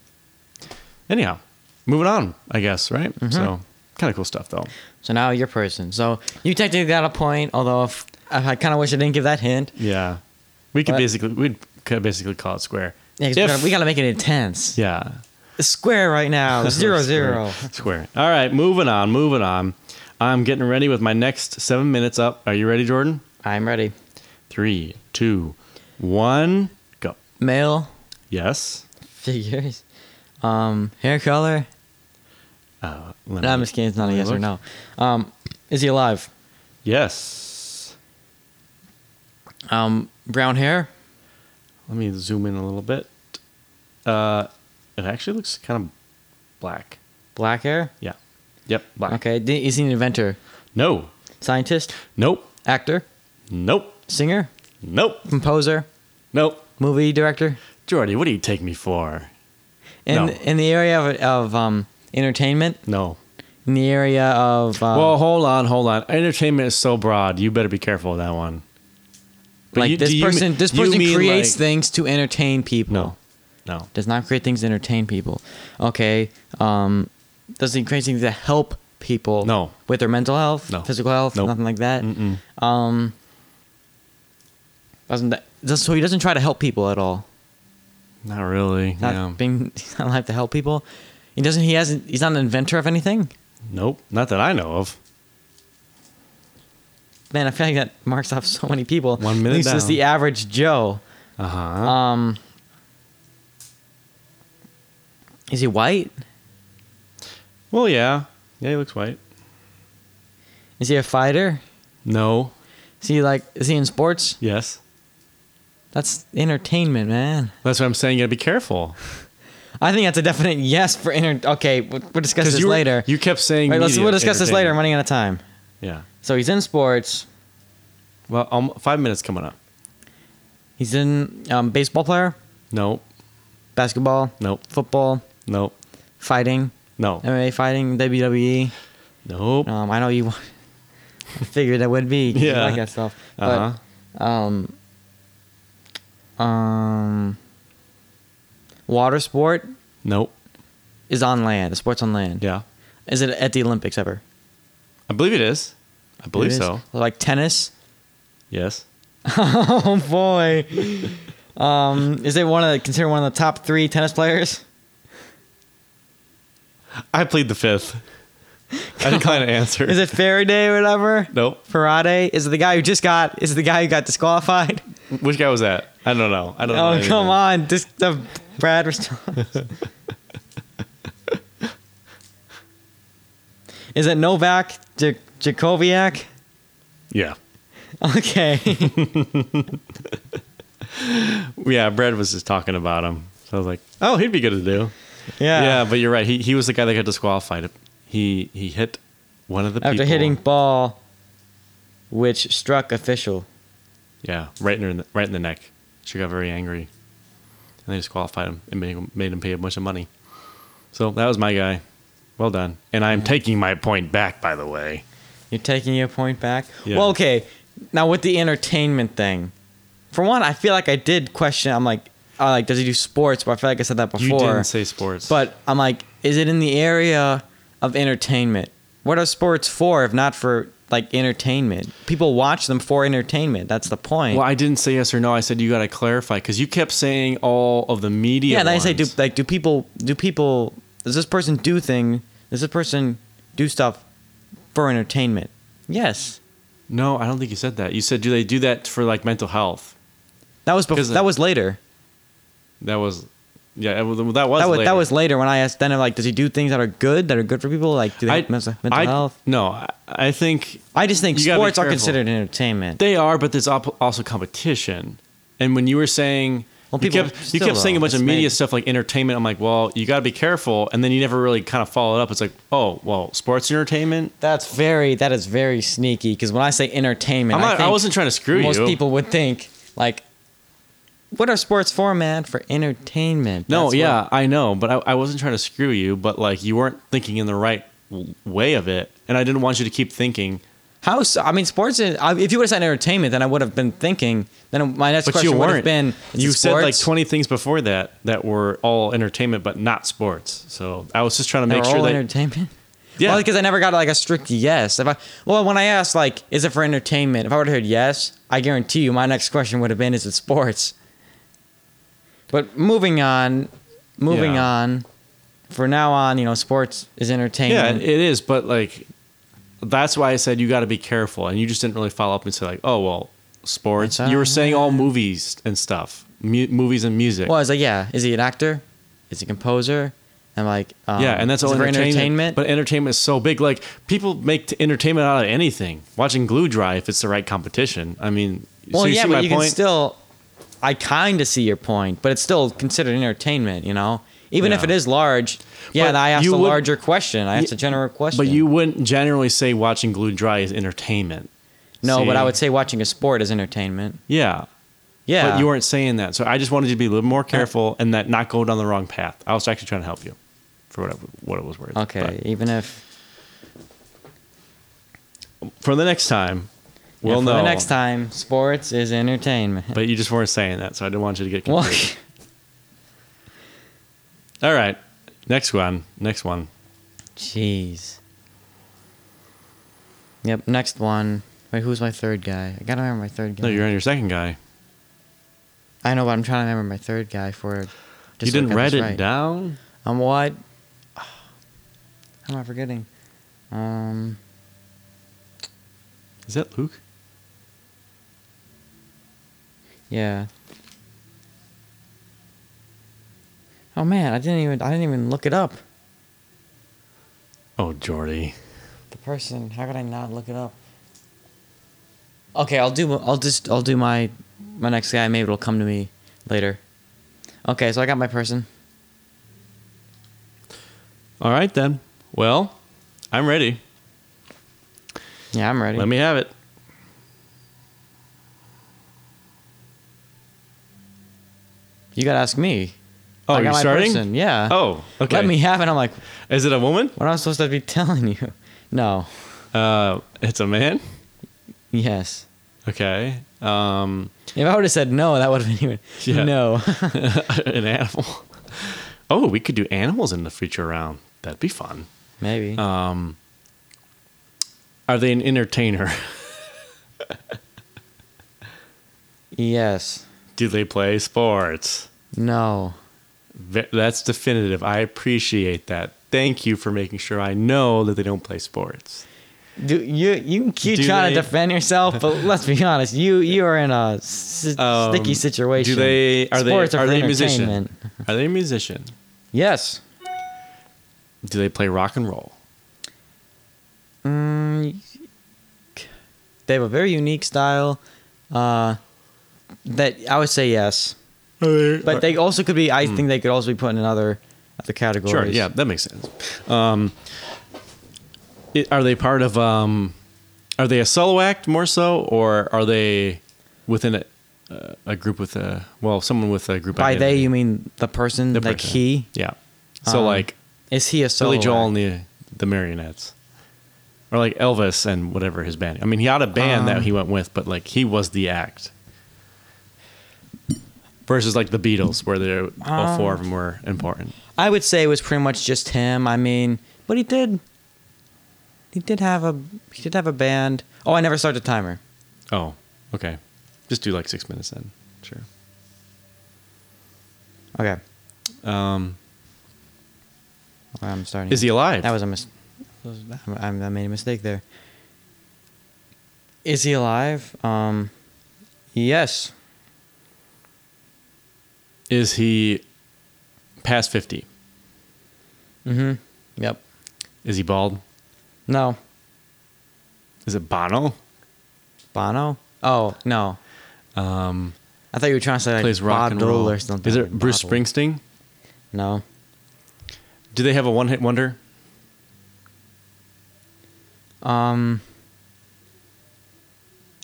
S2: anyhow, moving on, I guess, right? So kind of cool stuff though.
S3: so now your person. So you technically got a point, although if, I kind of wish I didn't give that hint.
S2: Yeah, we could
S3: But-
S2: basically we'd could basically call it square.
S3: Yeah, 'cause we
S2: If-
S3: gotta- we got to make it intense.
S2: yeah,
S3: Square right now, zero zero.
S2: Square. Square. All right, moving on, moving on. I'm getting ready with my next seven minutes up. Are you ready, Jordan?
S3: I'm ready.
S2: Three, two, one, go.
S3: Male
S2: Yes.
S3: figures, um, hair color.
S2: Uh, let
S3: No, I'm
S2: me-
S3: just kidding. It's not a
S2: let me
S3: yes or
S2: look.
S3: no. Um, is he alive?
S2: Yes.
S3: Um, brown hair.
S2: Let me zoom in a little bit. Uh, it actually looks kind of black.
S3: Black hair.
S2: Yeah. Yep. Black.
S3: Okay. D- Is he an inventor?
S2: No.
S3: Scientist?
S2: Nope.
S3: Actor?
S2: Nope.
S3: Singer?
S2: Nope.
S3: Composer?
S2: Nope.
S3: Movie director?
S2: Jordy, what do you take me for?
S3: In
S2: No.
S3: in the area of, of um entertainment.
S2: No.
S3: In the area of uh,
S2: well, hold on, hold on. Entertainment is so broad. You better be careful of that one. But
S3: like
S2: you-
S3: this
S2: do you
S3: person.
S2: mean-
S3: this
S2: you
S3: person
S2: mean
S3: creates
S2: like-
S3: things to entertain people.
S2: No. No.
S3: Does not create things to entertain people. Okay. Um, does he create things to help people
S2: No.
S3: with their mental health,
S2: No.
S3: physical health,
S2: Nope.
S3: nothing like that. Um, doesn't that, does- so he doesn't try to help people at all.
S2: Not really.
S3: Not
S2: yeah.
S3: being he's not like to help people. He doesn't. He hasn't. He's not an inventor of anything.
S2: nope. Not that I know of.
S3: Man, I feel like that marks off so many people.
S2: One minute
S3: At least it's
S2: down.
S3: the average Joe.
S2: Uh huh.
S3: Um, is he white?
S2: well, yeah. Yeah, he looks white.
S3: Is he a fighter?
S2: No.
S3: Is he like? Is he in sports?
S2: Yes.
S3: That's entertainment, man.
S2: That's what I'm saying. You gotta be careful.
S3: I think that's a definite yes for inter. Okay, we'll, we'll discuss
S2: 'Cause
S3: this
S2: you were-
S3: later.
S2: You kept saying.
S3: Wait, let's,
S2: media
S3: we'll discuss this later. I'm
S2: entertainment.
S3: running out of time.
S2: Yeah.
S3: So he's in sports.
S2: Well, um, five minutes coming up.
S3: He's in um, baseball player,
S2: Nope.
S3: basketball,
S2: Nope.
S3: football,
S2: Nope.
S3: fighting,
S2: No.
S3: MMA fighting, WWE.
S2: Nope. Uh-huh.
S3: Um, I know you. I figured that would be. 'cause you
S2: Yeah.
S3: like that stuff.
S2: Uh huh.
S3: But um,
S2: Uh-huh.
S3: um, water sport
S2: Nope.
S3: is on land. The sport's on land.
S2: Yeah.
S3: Is it at the Olympics ever?
S2: I believe it is. I believe
S3: It is.
S2: so.
S3: Like tennis.
S2: Yes.
S3: Oh boy. Um, is it one of the, considered one of the top three tennis players?
S2: I plead the fifth. I decline to answer.
S3: Is it Faraday or whatever?
S2: Nope.
S3: Faraday? Is it the guy who just got? Is it the guy who got disqualified?
S2: Which guy was that? I don't know. I don't know.
S3: Oh
S2: anything.
S3: come on, just the Brad was. Is it Novak Dj- Djokovic?
S2: Yeah.
S3: Okay,
S2: Yeah. Brad was just talking about him. So I was like, oh, he'd be good to do.
S3: yeah.
S2: Yeah, but you're right. He he was the guy that got disqualified. He he hit one of the
S3: After
S2: people.
S3: hitting ball, which struck official.
S2: Yeah, right in the, right in the neck. She got very angry, and they disqualified him and made him, made him pay a bunch of money. So that was my guy. Well done. And I'm taking my point back, by the way.
S3: You're taking your point back.
S2: Yeah.
S3: Well, okay. Now with the entertainment thing, for one, I feel like I did question. I'm like, uh, like, does he do sports? But I feel like I said that
S2: You
S3: before.
S2: didn't say sports,
S3: But I'm like, is it in the area of entertainment? What are sports for if not for like entertainment? People watch them for entertainment. That's the point.
S2: well, I didn't say yes or no. I said you got to clarify because you kept saying all of the media.
S3: yeah, and I say, do
S2: ones.
S3: like, do people, do people, does this person do thing? Does this person do stuff for entertainment? Yes,
S2: No, I don't think you said that. You said do they do that for like mental health?
S3: that was before.
S2: 'Cause, uh,
S3: That was later.
S2: That was, yeah, that was that was
S3: that was
S2: later.
S3: that was later when I asked Denim like, does he do things that are good that are good for people? Like, do they
S2: I-
S3: have mental, mental
S2: I-
S3: health?
S2: No, I, I think
S3: I just think
S2: You gotta be
S3: sports are
S2: careful.
S3: considered entertainment.
S2: They are, but there's op- also competition. And when you were saying,
S3: Well,
S2: you
S3: people
S2: kept, you
S3: still
S2: kept saying a
S3: though,
S2: bunch of
S3: it's
S2: media
S3: made-
S2: stuff like entertainment. I'm like, well, you got to be careful. And then you never really kind of followed up. It's like, oh, well, sports entertainment.
S3: That's very that is very sneaky because when I say entertainment,
S2: I'm
S3: I,
S2: not, I,
S3: think
S2: wasn't trying to screw
S3: most
S2: you.
S3: people would think like, what are sports for, man? For entertainment.
S2: no,
S3: That's what-
S2: yeah, I know, but I, I wasn't trying to screw you. But like, you weren't thinking in the right w- way of it, and I didn't want you to keep thinking.
S3: How so? I mean, sports. Is, I, if you would have said entertainment, then I would have been thinking. Then my next
S2: But you
S3: question would
S2: weren't.
S3: have been. is
S2: you
S3: it
S2: said like
S3: sports?
S2: 20 things before that that were all entertainment, but not sports. So I was just trying to
S3: They
S2: make
S3: were
S2: sure
S3: all
S2: that
S3: entertainment.
S2: Yeah.
S3: Well, because I never got like a strict yes. If I well, when I asked like, is it for entertainment? If I would have heard yes, I guarantee you, my next question would have been, is it sports? But moving on, moving
S2: Yeah.
S3: on. For now on, you know, sports is
S2: Yeah,
S3: entertainment.
S2: it is, but like that's why I said you got to be careful, and you just didn't really follow up and say like, oh well, sports.
S3: That's
S2: You were
S3: all
S2: saying all movies and stuff, mu- movies and music.
S3: well, I was like, yeah, is he an actor? Is he a composer? I'm like, um,
S2: yeah, and that's
S3: is
S2: all
S3: it for
S2: entertainment. But entertainment is so big. Like people make t- entertainment out of anything. Watching glue dry if it's the right competition. I mean,
S3: well,
S2: so you
S3: yeah,
S2: see
S3: but
S2: my
S3: you can
S2: point.
S3: still. I kind of see your point, but it's still considered entertainment, you know. Even if
S2: Yeah.
S3: it is large, yeah.
S2: But
S3: and I asked a
S2: you would-
S3: larger question. I asked a general question.
S2: but you wouldn't generally say watching glue dry is entertainment.
S3: no, but
S2: See?
S3: I would say watching a sport is entertainment.
S2: yeah.
S3: Yeah, Uh,
S2: But you weren't saying that, so I just wanted you to be a little more careful and that not go down the wrong path. I was actually trying to help you, for what I, what it was worth.
S3: okay.
S2: But-
S3: even if
S2: for the next time,
S3: well,
S2: we'll know.
S3: the next time, sports is entertainment.
S2: But you just weren't saying that, so I didn't want you to get
S3: well,
S2: confused. All right, next one. Next one.
S3: jeez. Yep. Next one. Wait, who's my third guy? I gotta remember my third guy.
S2: No, you're on your second guy.
S3: I know, but I'm trying to remember my third guy for. just so I
S2: you didn't
S3: got
S2: write
S3: this
S2: it
S3: right.
S2: down.
S3: Um, what? How am I forgetting? Um,
S2: Is that Luke?
S3: yeah. Oh man, I didn't even I didn't even look it up.
S2: Oh, Jordy.
S3: The person, how could I not look it up? Okay, I'll do I'll just I'll do my my next guy. Maybe it'll come to me later. Okay, so I got my person.
S2: All right then. Well, I'm ready.
S3: Yeah, I'm ready.
S2: Let me have it.
S3: you gotta ask me.
S2: Oh,
S3: I got
S2: you're
S3: my
S2: starting.
S3: person. Yeah.
S2: Oh, okay.
S3: Let me have it. I'm like,
S2: Is it a woman?
S3: what am I supposed to be telling you? No.
S2: Uh, it's a man.
S3: Yes.
S2: Okay. Um,
S3: If I would have said no, that would have been even
S2: Yeah.
S3: no.
S2: an animal. Oh, we could do animals in the future round. That'd be fun.
S3: Maybe.
S2: Are they an entertainer?
S3: yes.
S2: do they play sports?
S3: No.
S2: Ve- That's definitive. I appreciate that. Thank you for making sure I know that they don't play sports.
S3: Do you you can keep
S2: Do
S3: trying
S2: they-
S3: to defend yourself, but let's be honest, you you are in a s-
S2: Um,
S3: sticky situation.
S2: Do they are
S3: Sports
S2: they
S3: are,
S2: are,
S3: for
S2: they a musician?
S3: entertainment.
S2: Are they a musician?
S3: Yes.
S2: Do they play rock and roll?
S3: Mm, they have a very unique style. Uh, that I would say yes, but they also could be. I think they could also be put in another other categories.
S2: Hmm. sure, yeah, that makes sense. Um, i- are they part of? Um, are they a solo act more so, or are they within a, uh, a group with a well, someone with a group?
S3: By they
S2: identity?
S3: you mean the person,
S2: The
S3: like
S2: person.
S3: he
S2: Yeah. So
S3: Um,
S2: like
S3: is he a solo?
S2: Billy Joel
S3: act?
S2: and the the Marionettes, or like Elvis and whatever his band. I mean, he had a band that
S3: Um,
S2: he went with, but like he was the act. Versus like the Beatles, where they're all
S3: Uh.
S2: four of them were important.
S3: I would say it was pretty much just him. I mean, but he did. He did have a he did have a band. Oh, I never started the timer.
S2: Oh, okay. Just do like six minutes then. Sure.
S3: Okay,
S2: Um,
S3: I'm starting.
S2: is he alive?
S3: That was a mis- that was- I I made a mistake there. Is he alive? Um, yes.
S2: is he past fifty?
S3: Mm-hmm. Yep.
S2: Is he bald?
S3: No.
S2: Is it Bono?
S3: Bono. Oh no.
S2: Um,
S3: I thought you were trying to say like
S2: plays rock
S3: Bob
S2: and roll.
S3: Dole or something.
S2: Is it Bruce
S3: Bob-
S2: Springsteen?
S3: No.
S2: Do they have a one-hit wonder?
S3: Um,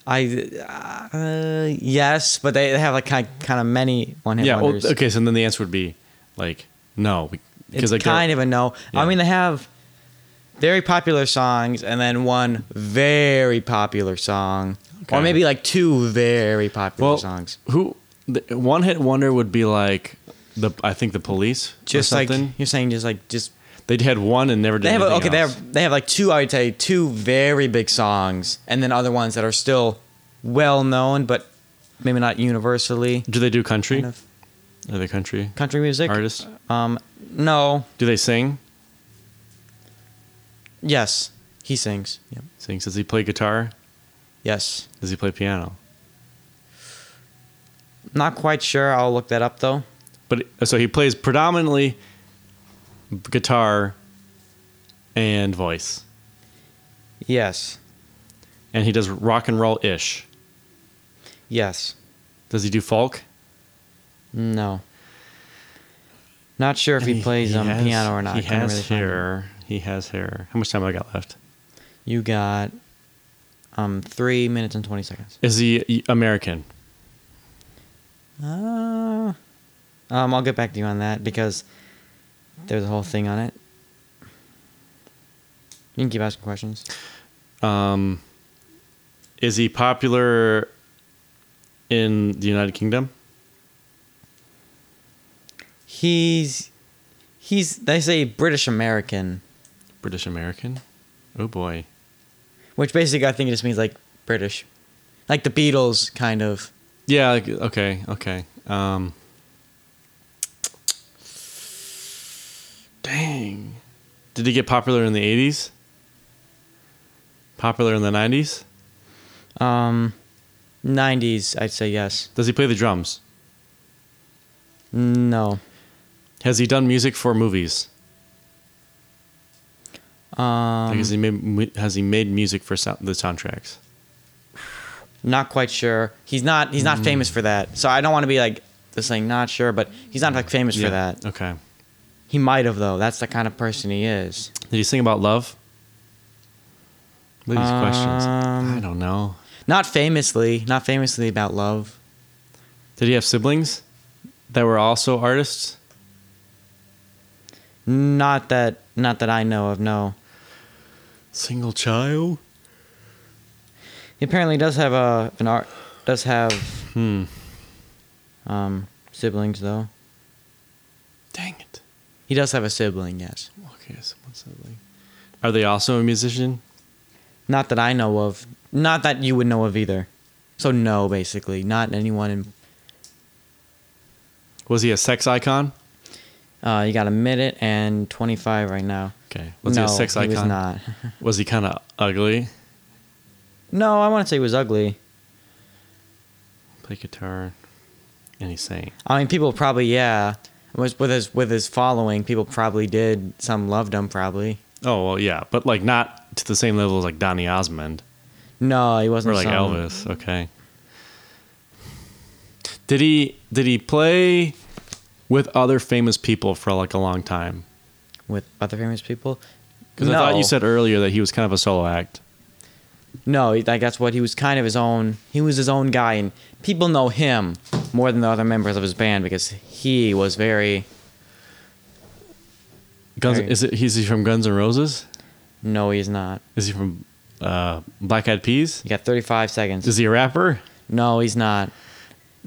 S3: I uh, yes, but they, they have like kind kind of many one hit
S2: yeah. well,
S3: wonders.
S2: okay. So then the answer would be like no,
S3: it's
S2: because like they're-
S3: kind of a no.
S2: Yeah.
S3: I mean, they have very popular songs and then one very popular song, or
S2: Okay.
S3: maybe like two very popular
S2: well,
S3: songs.
S2: who the, one hit wonder would be like the I think the police
S3: Just
S2: or
S3: like
S2: something.
S3: you're saying, just like just
S2: They'd had one and never did.
S3: they have
S2: anything
S3: okay. They
S2: else.
S3: have they have like two. I would say two very big songs, and then other ones that are still well known, but maybe not universally.
S2: Do they do country?
S3: Kind of
S2: Are they country
S3: country music
S2: artists?
S3: Um, no.
S2: Do they sing?
S3: Yes, he sings. Yep.
S2: Sings. Does he play guitar?
S3: Yes.
S2: Does he play piano?
S3: Not quite sure. I'll look that up though.
S2: But so he plays predominantly guitar and voice,
S3: Yes.
S2: and he does rock and roll ish.
S3: Yes.
S2: Does he do folk?
S3: No. Not sure if he, plays um,
S2: has-
S3: piano or not.
S2: He
S3: Couldn't
S2: has
S3: really find it.
S2: hair. He has hair. How much time I got left?
S3: You got um three minutes and twenty seconds.
S2: Is he American?
S3: Uh, um, I'll get back to you on that because there's a whole thing on it. You can keep asking questions.
S2: Um, is he popular in the United Kingdom?
S3: He's he's they say British American.
S2: British American? Oh boy.
S3: which basically I think it just means like British, like the Beatles kind of.
S2: Yeah. like, Okay. Okay. Um, dang. Did he get popular in the eighties? Popular in the nineties?
S3: Um, 90s, I'd say yes.
S2: Does he play the drums?
S3: No.
S2: Has he done music for movies? Like,
S3: Um,
S2: has he made mu- has he made music for sound, the soundtracks?
S3: not quite sure. He's not. He's not famous for that. So I don't want to be like this thing. Not sure, but he's not like famous for that.
S2: Okay.
S3: He might have though. That's the kind of person he is.
S2: Did he sing about love? Look at these questions.
S3: Um,
S2: I don't know.
S3: Not famously. Not famously about love.
S2: Did he have siblings that were also artists?
S3: Not that. Not that I know of. No.
S2: Single child?
S3: He apparently does have a an art. Does have
S2: Hmm.
S3: um siblings though.
S2: Dang it.
S3: He does have a sibling. Yes.
S2: Okay, so one sibling. Are they also a musician?
S3: Not that I know of. Not that you would know of either. So no, basically, not anyone in
S2: Was he a sex icon?
S3: Uh, you got a minute and 25 right now.
S2: Okay. Was
S3: no,
S2: he a sex icon?
S3: he was not.
S2: Was he kind of ugly?
S3: no, I want to say he was ugly.
S2: Play guitar. And he sang.
S3: I mean, people probably yeah. Was with his with his following, people probably did. Some loved him probably.
S2: Oh, well, yeah, but like not to the same level as like Donny Osmond
S3: No, he wasn't.
S2: or like
S3: some-
S2: Elvis. Okay. Did he did he play with other famous people for like a long time?
S3: with other famous people.
S2: Because I thought you said earlier that he was kind of a solo act.
S3: no. he- Like that's what he was kind of his own. He was his own guy, and people know him more than the other members of his band because he was very.
S2: Guns,
S3: Right.
S2: is it? Is he from Guns N' Roses?
S3: No, he's not.
S2: Is he from uh, Black Eyed Peas?
S3: You got 35 seconds.
S2: Is he a rapper?
S3: No, he's not.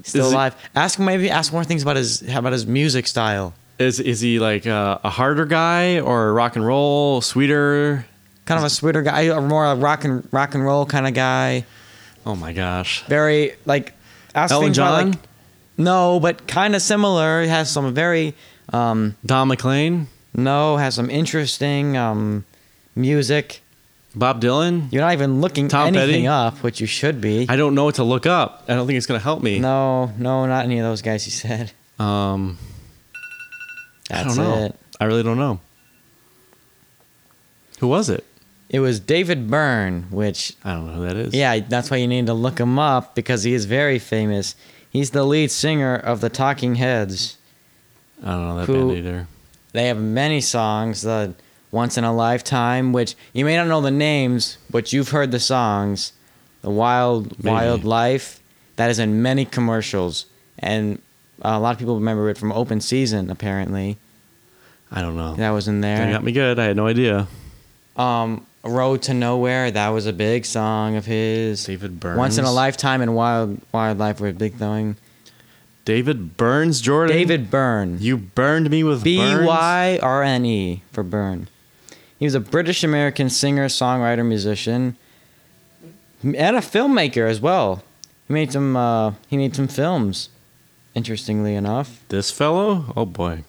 S3: Still
S2: Is he-
S3: alive. Ask maybe ask more things about his about his music style.
S2: Is is he like uh, a harder guy or a rock and roll sweeter?
S3: Kind of a sweeter guy, or more a rock and rock and roll kind of guy.
S2: Oh my gosh!
S3: Very like ask
S2: Elton
S3: things about,
S2: John,
S3: like, no, but kind of similar. It has some very um,
S2: Don McLean,
S3: no has some interesting um, music.
S2: Bob Dylan.
S3: You're not even looking
S2: Tom
S3: anything
S2: Petty?
S3: up, which you should be.
S2: I don't know what to look up. I don't think it's gonna help me.
S3: no, no, not any of those guys. He said.
S2: Um, I
S3: That's
S2: don't know.
S3: it.
S2: I really don't know. Who was it?
S3: It was David Byrne, which
S2: I don't know who that is.
S3: Yeah, that's why you need to look him up because he is very famous. He's the lead singer of the Talking Heads.
S2: I don't know that
S3: Who-
S2: band either.
S3: They have many songs, the Once in a Lifetime, which you may not know the names, but you've heard the songs. The Wild
S2: Maybe.
S3: Wild Life, that is in many commercials. And a lot of people remember it from Open Season, apparently.
S2: I don't know.
S3: That was in
S2: That
S3: there.
S2: got me good. I had no idea.
S3: Um, Road to Nowhere, that was a big song of his.
S2: David Burns.
S3: Once in a Lifetime and Wild Wild Life were a big thing.
S2: David Burns, Jordan.
S3: David Byrne.
S2: you burned me with
S3: B
S2: Burns?
S3: Y R N E for Burn. He was a British American singer, songwriter, musician, and a filmmaker as well. He made some. Uh, he made some films. Interestingly enough,
S2: This fellow? Oh boy.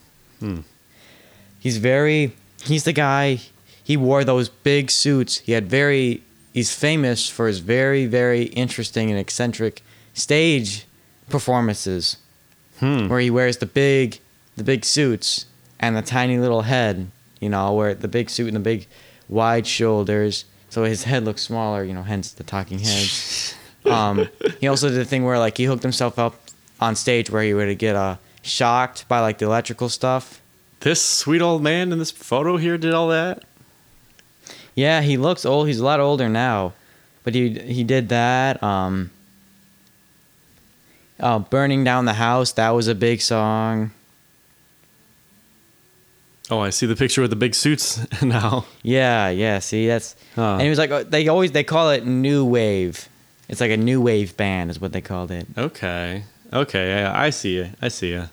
S3: he's very. He's the guy. He wore those big suits. He had very. He's famous for his very, very interesting and eccentric stage performances,
S2: Hmm.
S3: where he wears the big, the big suits and the tiny little head. You know, where the big suit and the big, wide shoulders, so his head looks smaller. You know, hence the talking heads. um, he also did a thing where like he hooked himself up on stage where he would get uh, shocked by like the electrical stuff.
S2: This sweet old man in this photo here did all that.
S3: Yeah, he looks old. He's a lot older now, but he he did that. Um, uh, burning down the house. That was a big song.
S2: Oh, I see the picture with the big suits now.
S3: Yeah, yeah. See, that's
S2: Huh.
S3: and he was like uh, they always they call it new wave. It's like a new wave band is what they called it.
S2: Okay. Okay. I, I see you. I see you.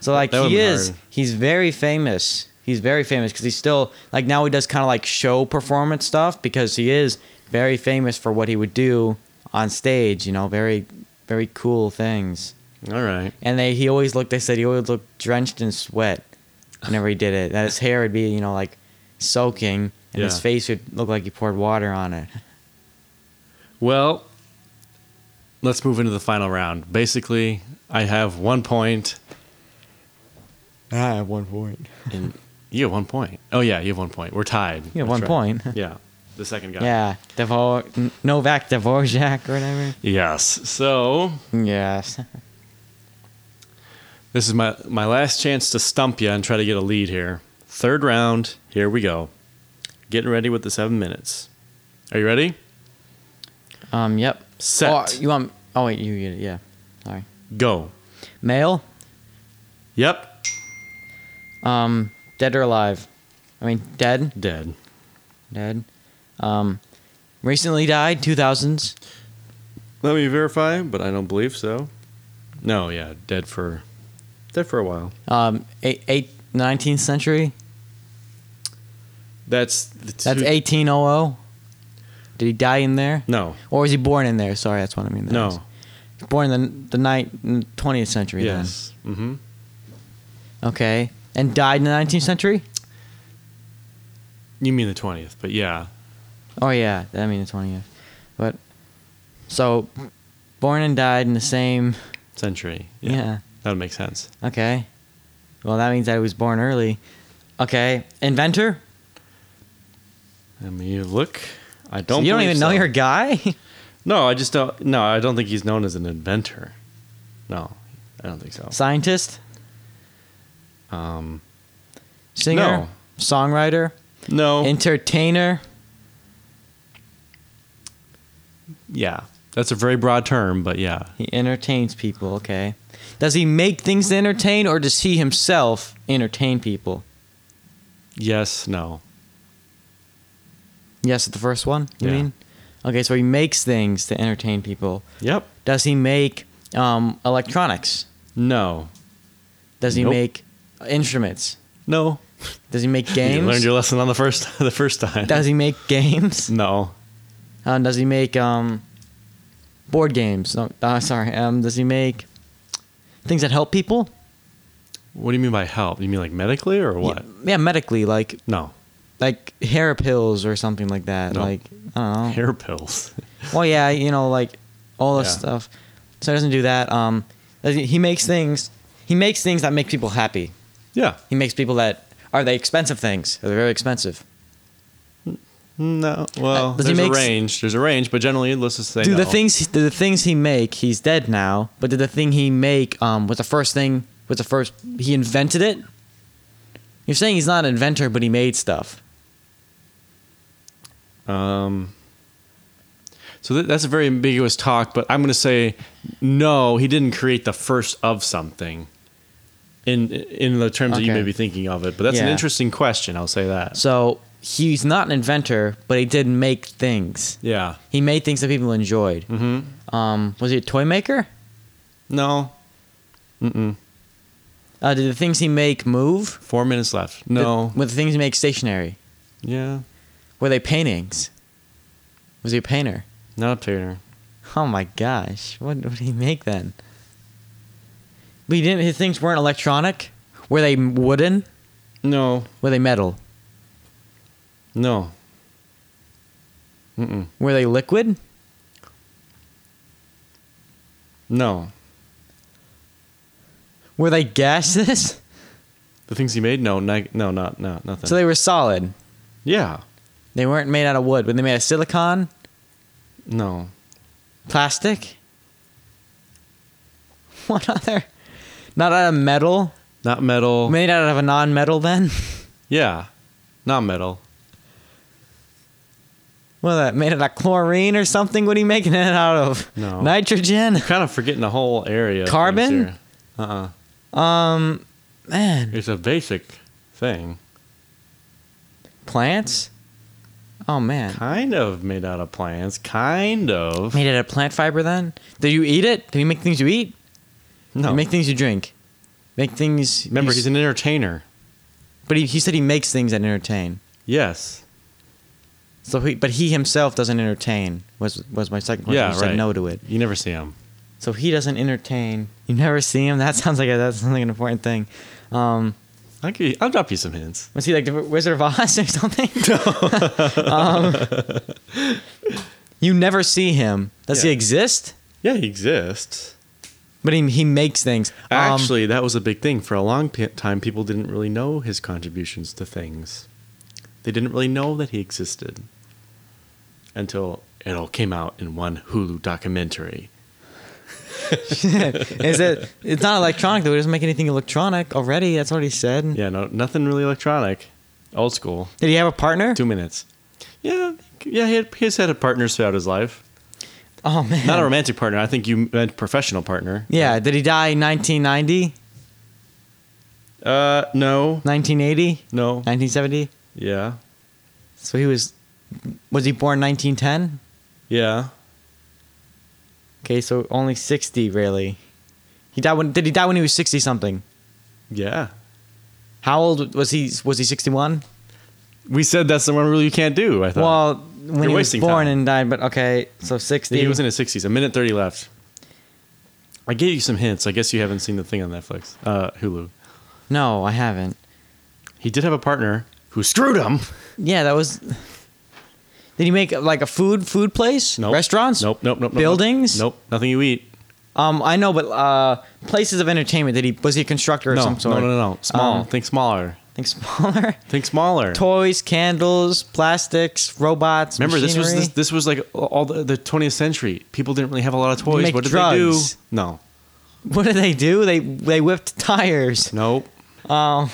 S3: So like
S2: That would've
S3: he
S2: been
S3: is
S2: hard.
S3: he's very famous. He's very famous because he's still like now he does kind of like show performance stuff because he is very famous for what he would do on stage. You know, very very cool things.
S2: All right.
S3: And they he always looked. They said he always looked drenched in sweat whenever he did it. That his hair would be you know like soaking, and his
S2: Yeah.
S3: face would look like he poured water on it.
S2: Well, let's move into the final round. Basically, I have one point.
S3: I have one point.
S2: And you have one point. Oh yeah, you have one point. We're tied.
S3: Yeah,
S2: That's
S3: one
S2: right.
S3: point.
S2: Yeah, the second guy.
S3: Yeah, Devor N- Novak Dvorak or whatever.
S2: Yes. So
S3: Yes.
S2: this is my my last chance to stump you and try to get a lead here. Third round. Here we go. Getting ready with the seven minutes. Are you ready?
S3: Um. Yep.
S2: Set.
S3: Oh, you want? Oh wait, you get it. Yeah. Sorry.
S2: go.
S3: Male.
S2: Yep.
S3: Um. Dead or alive? I mean, dead.
S2: Dead.
S3: Dead. Um. Recently died. Two thousands.
S2: Let me verify, but I don't believe so. No, yeah, dead for dead for a while.
S3: Um. Eight. Eight. Nineteenth century.
S2: That's the two,
S3: That's eighteen oh oh. Did he die in there,
S2: No,
S3: or was he born in there? Sorry, that's what I mean. That was-
S2: no.
S3: He's born in the the night twentieth century. then.
S2: Yes. Mm-hmm.
S3: Okay. And died in the nineteenth century.
S2: You mean the twentieth, but yeah,
S3: Oh yeah, I mean the twentieth. But so, born and died in the same.
S2: century.
S3: yeah.
S2: that would make sense.
S3: Okay. Well, that means I was born early. Okay. Inventor?
S2: Let me look. I
S3: So
S2: don't.
S3: you don't
S2: believe
S3: even know
S2: so.
S3: your guy?
S2: No, I just don't. No, I don't think he's known as an inventor. No, I don't think so.
S3: Scientist?
S2: Um,
S3: Singer?
S2: No. Oh.
S3: Songwriter?
S2: no.
S3: Entertainer?
S2: yeah, that's a very broad term, but yeah,
S3: He entertains people, okay. Does he make things to entertain or does he himself entertain people?
S2: yes, no,
S3: Yes, the first one, you
S2: Yeah.
S3: mean? Okay, so he makes things to entertain people.
S2: yep,
S3: Does he make um, electronics?
S2: no,
S3: Does he
S2: Nope.
S3: make instruments?
S2: no.
S3: Does he make
S2: You learned
S3: games?
S2: your lesson on the first the first time.
S3: does he make games?
S2: no,
S3: Um, does he make um, board games? No, uh, sorry. Um, does he make things that help people?
S2: what do you mean by help? You mean like medically or what?
S3: Yeah, yeah, medically, like
S2: No,
S3: like hair pills or something like that.
S2: No.
S3: Like I don't know.
S2: hair pills.
S3: Well, yeah, you know, like all this
S2: Yeah.
S3: stuff. So he doesn't do that. Um, does he, he makes things. He makes things that make people happy.
S2: yeah,
S3: He makes people that are they expensive things. They're very expensive.
S2: no. Well,
S3: Uh, does he
S2: there's
S3: make
S2: a
S3: s-
S2: range. There's a range, but generally, let's just say
S3: Do the
S2: no.
S3: things do the things he make? He's dead now. But did the thing he make um, was the first thing? Was the first he invented it? You're saying he's not an inventor, but he made stuff.
S2: Um, so th- that's a very ambiguous talk, but I'm going to say no. He didn't create the first of something. In in the terms that you
S3: Okay.
S2: may be thinking of it, but that's an
S3: Yeah.
S2: interesting question. I'll say that.
S3: So he's not an inventor, but he did make things.
S2: Yeah.
S3: He made things that people enjoyed.
S2: Hmm.
S3: Um, was he a toy maker?
S2: No.
S3: Uh, did the things he make move?
S2: Four minutes left.
S3: Did-
S2: No.
S3: were the things he make stationary?
S2: yeah.
S3: Were they paintings? Was he a painter?
S2: Not a painter.
S3: Oh my gosh! What, what did he make then? But he didn't. His things weren't electronic. Were they wooden?
S2: No.
S3: Were they metal?
S2: No. Mm-mm.
S3: Were they liquid?
S2: No.
S3: Were they gaseous?
S2: The things he made. No. Ni- no. Not. No. Nothing.
S3: so they were solid.
S2: yeah.
S3: They weren't made out of wood. Were they made out of silicon,
S2: No.
S3: plastic? What other? Not out of metal.
S2: Not metal.
S3: Made out of a non-metal then.
S2: yeah. Not metal.
S3: Well, that made out of chlorine or something. What are you making it out of?
S2: No.
S3: Nitrogen.
S2: kind of forgetting the whole area. of things
S3: Carbon?
S2: here. Uh-uh.
S3: Um, man,
S2: It's a basic thing.
S3: plants. Oh man,
S2: Kind of made out of plants. Kind of.
S3: made out of plant fiber. Then, do you eat it? Do you make things you eat?
S2: No.
S3: You make things you drink. Make things.
S2: Remember,
S3: you
S2: he's an entertainer.
S3: But he, he said he makes things that entertain.
S2: Yes.
S3: So he, but he himself doesn't entertain. Was was my second question?
S2: yeah.
S3: He
S2: Right.
S3: Said no to it.
S2: You never see him.
S3: So he doesn't entertain. You never see him. That sounds like a, that sounds like an important thing. Um,
S2: I'll, give you- I'll drop you some hints.
S3: was he like the Wizard of Oz or something? Um, you never see him. Does he
S2: Yeah.
S3: exist?
S2: Yeah, he exists.
S3: But he he makes things. Um,
S2: Actually, that was a big thing for a long pe- time. People didn't really know his contributions to things. They didn't really know that he existed until it all came out in one Hulu documentary.
S3: is it? It's not electronic though. It doesn't make anything electronic already. That's already said.
S2: Yeah, no, nothing really electronic, old school.
S3: Did he have a partner?
S2: Two minutes. Yeah, yeah. He had, he's had a partners throughout his life.
S3: Oh man.
S2: Not a romantic partner. I think you meant professional partner.
S3: yeah. Did he die in 1990,
S2: Uh, no,
S3: 1980,
S2: no.
S3: 1970?
S2: Yeah,
S3: So he was. Was he born 1910?
S2: yeah.
S3: Okay, so only 60 really. He died when did he die when he was 60 something?
S2: Yeah.
S3: How old was he? Was he 61?
S2: We said that's the one rule you can't do. I thought.
S3: Well, when
S2: You're
S3: he was
S2: wasting
S3: born
S2: time.
S3: and died, but okay, so 60.
S2: he was in his sixties. A minute thirty left. I gave you some hints. I guess you haven't seen the thing on Netflix, uh, Hulu.
S3: no, I haven't.
S2: He did have a partner who screwed him.
S3: Yeah, that was. Did he make like a food food place?
S2: Nope.
S3: Restaurants?
S2: Nope. Nope. Nope. nope,
S3: Buildings?
S2: Nope. Nothing you eat.
S3: Um, I know, but uh, places of entertainment. Did he was he a constructor of
S2: No.
S3: some
S2: No. No.
S3: sort?
S2: No. Small.
S3: Um,
S2: Think smaller.
S3: Think smaller.
S2: Think smaller.
S3: Toys, candles, plastics, robots.
S2: Remember, this was
S3: machinery.
S2: this, this was like all the, the 20th century. People didn't really have a lot of toys.
S3: make
S2: What did
S3: drugs.
S2: they do? No,
S3: What did they do? They they whipped tires.
S2: nope.
S3: Um,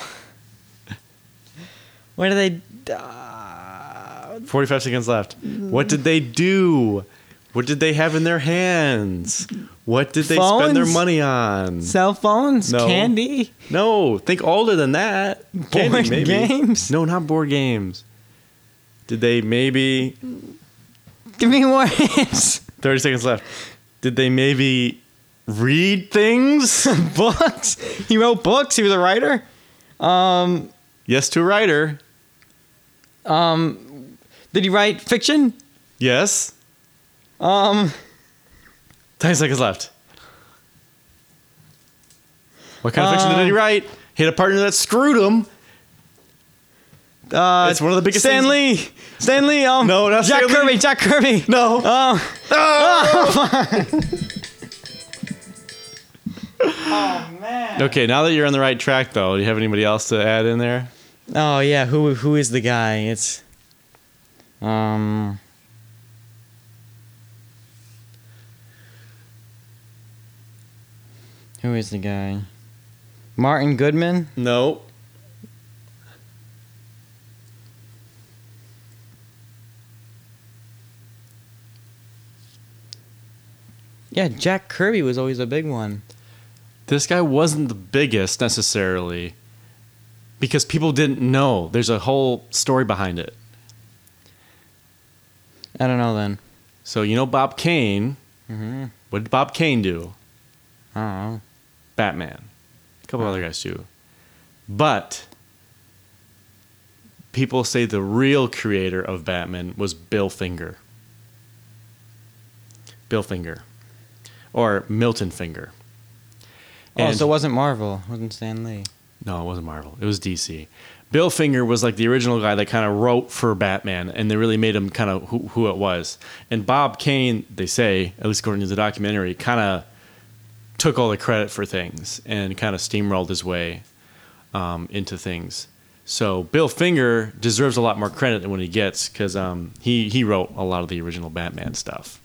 S3: where do they? Uh,
S2: 45 seconds left. What did they do? What did they have in their hands? What did they spend their
S3: Phones?
S2: money on?
S3: cell phones,
S2: No.
S3: candy.
S2: No, think older than that.
S3: Board
S2: Candy, maybe.
S3: games?
S2: No, not board games. Did they maybe
S3: Give me more hints.
S2: 30 seconds left? Did they maybe read things?
S3: books. He wrote books. He was a writer. Um,
S2: yes to writer.
S3: um, did he write fiction?
S2: Yes.
S3: Um,
S2: 10 seconds left. What kind of fiction did he
S3: Uh,
S2: write? He had a partner that screwed him.
S3: uh,
S2: It's one of the biggest
S3: Stan Lee. Stan Lee. Um,
S2: No, not
S3: Jack
S2: Stan
S3: Kirby.
S2: Lee.
S3: Jack Kirby.
S2: No. Oh.
S3: Um,
S2: Okay, now that you're on the right track, though, do you have anybody else to add in there?
S3: oh yeah. Who who is the guy? It's um. Who is the guy? Martin Goodman.
S2: No.
S3: Yeah, Jack Kirby was always a big one.
S2: This guy wasn't the biggest necessarily because people didn't know. There's a whole story behind it.
S3: I don't know then.
S2: So, you know, Bob Kane,
S3: Mm-hmm.
S2: what did Bob Kane do?
S3: I don't know. Oh,
S2: Batman. A couple other guys too. But people say the real creator of Batman was Bill Finger. Bill Finger. Or Milton Finger.
S3: oh,
S2: And-
S3: so it wasn't Marvel. It wasn't Stan Lee.
S2: No, it wasn't Marvel. It was DC. Bill Finger was like the original guy that kind of wrote for Batman, and they really made him kind of who, who it was. And Bob Kane, they say, at least according to the documentary, kind of took all the credit for things and kind of steamrolled his way um, into things. So Bill Finger deserves a lot more credit than what he gets because um, he he wrote a lot of the original Batman stuff,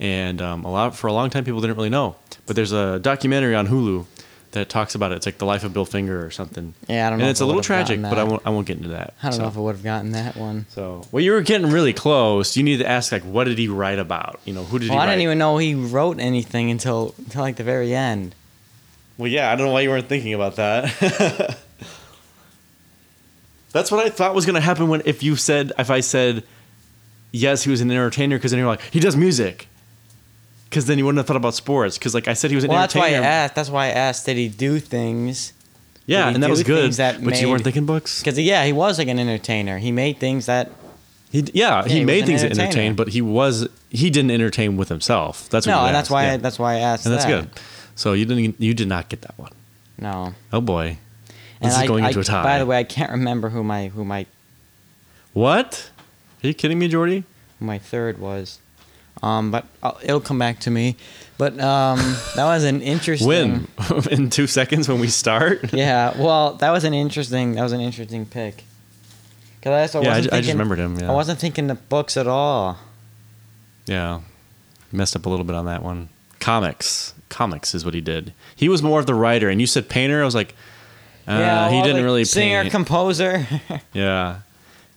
S2: and um, a lot for a long time people didn't really know. But there's a documentary on Hulu that talks about it. It's like the life of Bill Finger or something.
S3: Yeah, I don't know
S2: And
S3: if
S2: it's
S3: I
S2: a little
S3: would've gotten
S2: tragic, but I
S3: that.
S2: won't I won't get into that.
S3: I don't
S2: so.
S3: know if I would have gotten that one.
S2: So well, you were getting really close. You need to ask like, what did he write about? You know, who did
S3: Well,
S2: he?
S3: I didn't
S2: write-
S3: even know he wrote anything until, until like the very end.
S2: Well, yeah, I don't know why you weren't thinking about that. That's what I thought was going to happen when if you said if I said yes, he was an entertainer because then you're like he does music. Because then you wouldn't have thought about sports. Because like I said, he was an
S3: Well, that's why I
S2: entertainer.
S3: asked. That's why I asked. Did he do things?
S2: Yeah,
S3: he
S2: and that
S3: do
S2: was good.
S3: things that
S2: but you weren't
S3: made-
S2: thinking books.
S3: Because yeah, he was like an entertainer. He made things that
S2: He, d- yeah,
S3: he
S2: he
S3: was
S2: made
S3: an
S2: things to
S3: entertainer.
S2: entertain, but he was he didn't entertain with himself. That's what
S3: no,
S2: you
S3: and that's
S2: asked,
S3: why
S2: yeah.
S3: I, that's why I asked.
S2: and that's
S3: that.
S2: good. So you didn't e, you did not get that one.
S3: No,
S2: Oh boy,
S3: and
S2: this is
S3: I-
S2: going
S3: I-
S2: into a tie.
S3: By the way, I can't remember who my who my
S2: what? Are you kidding me, Jordy?
S3: who my third was, um, but i it'll come back to me. But um, that was an interesting.
S2: When in two seconds when we start?
S3: yeah, well, that was an interesting. That was an interesting pick. Because I, also
S2: Yeah, I
S3: wasn't
S2: ju- I
S3: thinking,
S2: just remembered him, yeah.
S3: I wasn't thinking the books at all.
S2: Yeah. Messed up a little bit on that one. Comics. Comics is what he did. He was more of the writer, and you said painter. I was like, uh,
S3: yeah,
S2: he
S3: well,
S2: didn't
S3: the
S2: really
S3: singer
S2: paint.
S3: composer.
S2: yeah.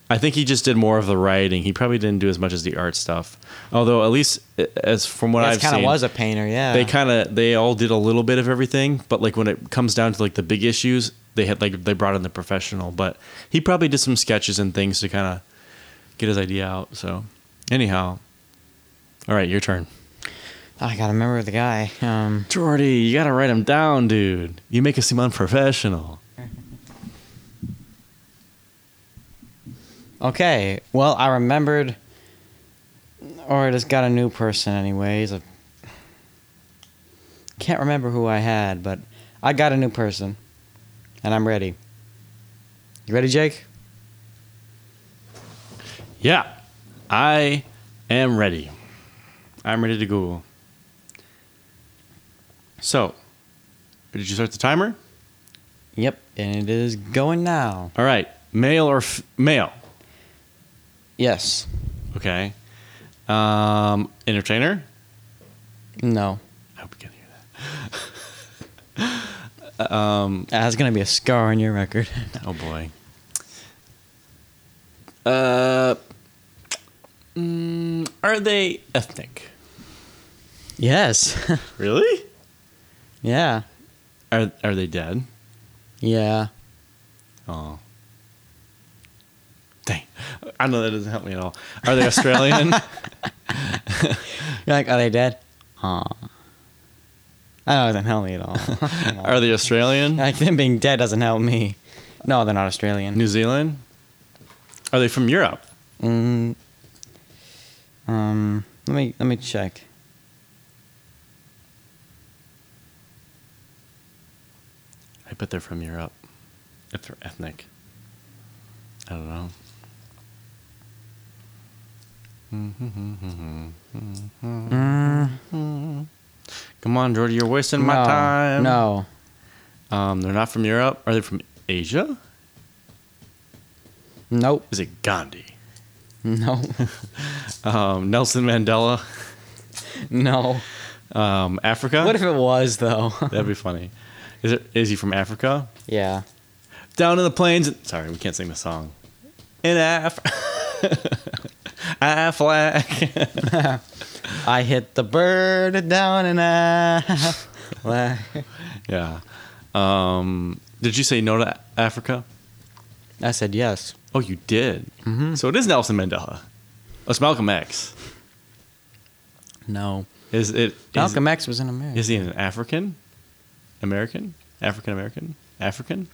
S2: I think he just did more of the writing. He probably didn't do as much as the art stuff. Although, at least uh, as from what
S3: That's
S2: I've
S3: kind
S2: seen,
S3: of was a painter. Yeah,
S2: they kind of they all did a little bit of everything. But like when it comes down to like the big issues, they had like they brought in the professional. But he probably did some sketches and things to kind of get his idea out. So, anyhow, all right, your turn.
S3: I gotta remember the guy. Um,
S2: Jordy, you gotta write him down, dude. You make us seem unprofessional.
S3: okay, well, I remembered, or I just got a new person, anyways. I can't remember who I had, but I got a new person, and I'm ready. You ready, Jake?
S2: Yeah, I am ready. I'm ready to Google. So, did you start the timer?
S3: Yep, and it is going now.
S2: All right, male or f- male?
S3: Yes.
S2: Okay. Um, entertainer?
S3: No.
S2: I hope you can hear that.
S3: That's gonna be a scar on your record.
S2: Oh boy. Uh, mm, are they ethnic?
S3: yes.
S2: Really?
S3: yeah.
S2: Are are they dead?
S3: Yeah.
S2: Oh. Dang. I know that doesn't help me at all. Are they Australian?
S3: You're like, are they dead? Aw. That doesn't help me at all.
S2: Are they Australian?
S3: Like them being dead doesn't help me. No, they're not Australian.
S2: New Zealand? Are they from Europe?
S3: Mm, um, let me let me check.
S2: I bet they're from Europe. If they're ethnic. I don't know. Come on, Jordy, you're wasting Mm, my
S3: no,
S2: time.
S3: No,
S2: Um, they're not from Europe. Are they from Asia?
S3: nope,
S2: Is it Gandhi?
S3: no,
S2: Um, Nelson Mandela?
S3: no.
S2: Um, Africa?
S3: What if it was though?
S2: That'd be funny. Is it? Is he from Africa?
S3: yeah.
S2: Down in the plains. Sorry, we can't sing the song. In Af. Aflac.
S3: I hit the bird down and I.
S2: yeah. Um, did you say no to Africa?
S3: I said yes.
S2: Oh, you did. Mm-hmm. So it is Nelson Mandela. Oh, it's Malcolm X.
S3: No.
S2: Is it? Is,
S3: Malcolm X was in America.
S2: Is he an African? American? African American? African?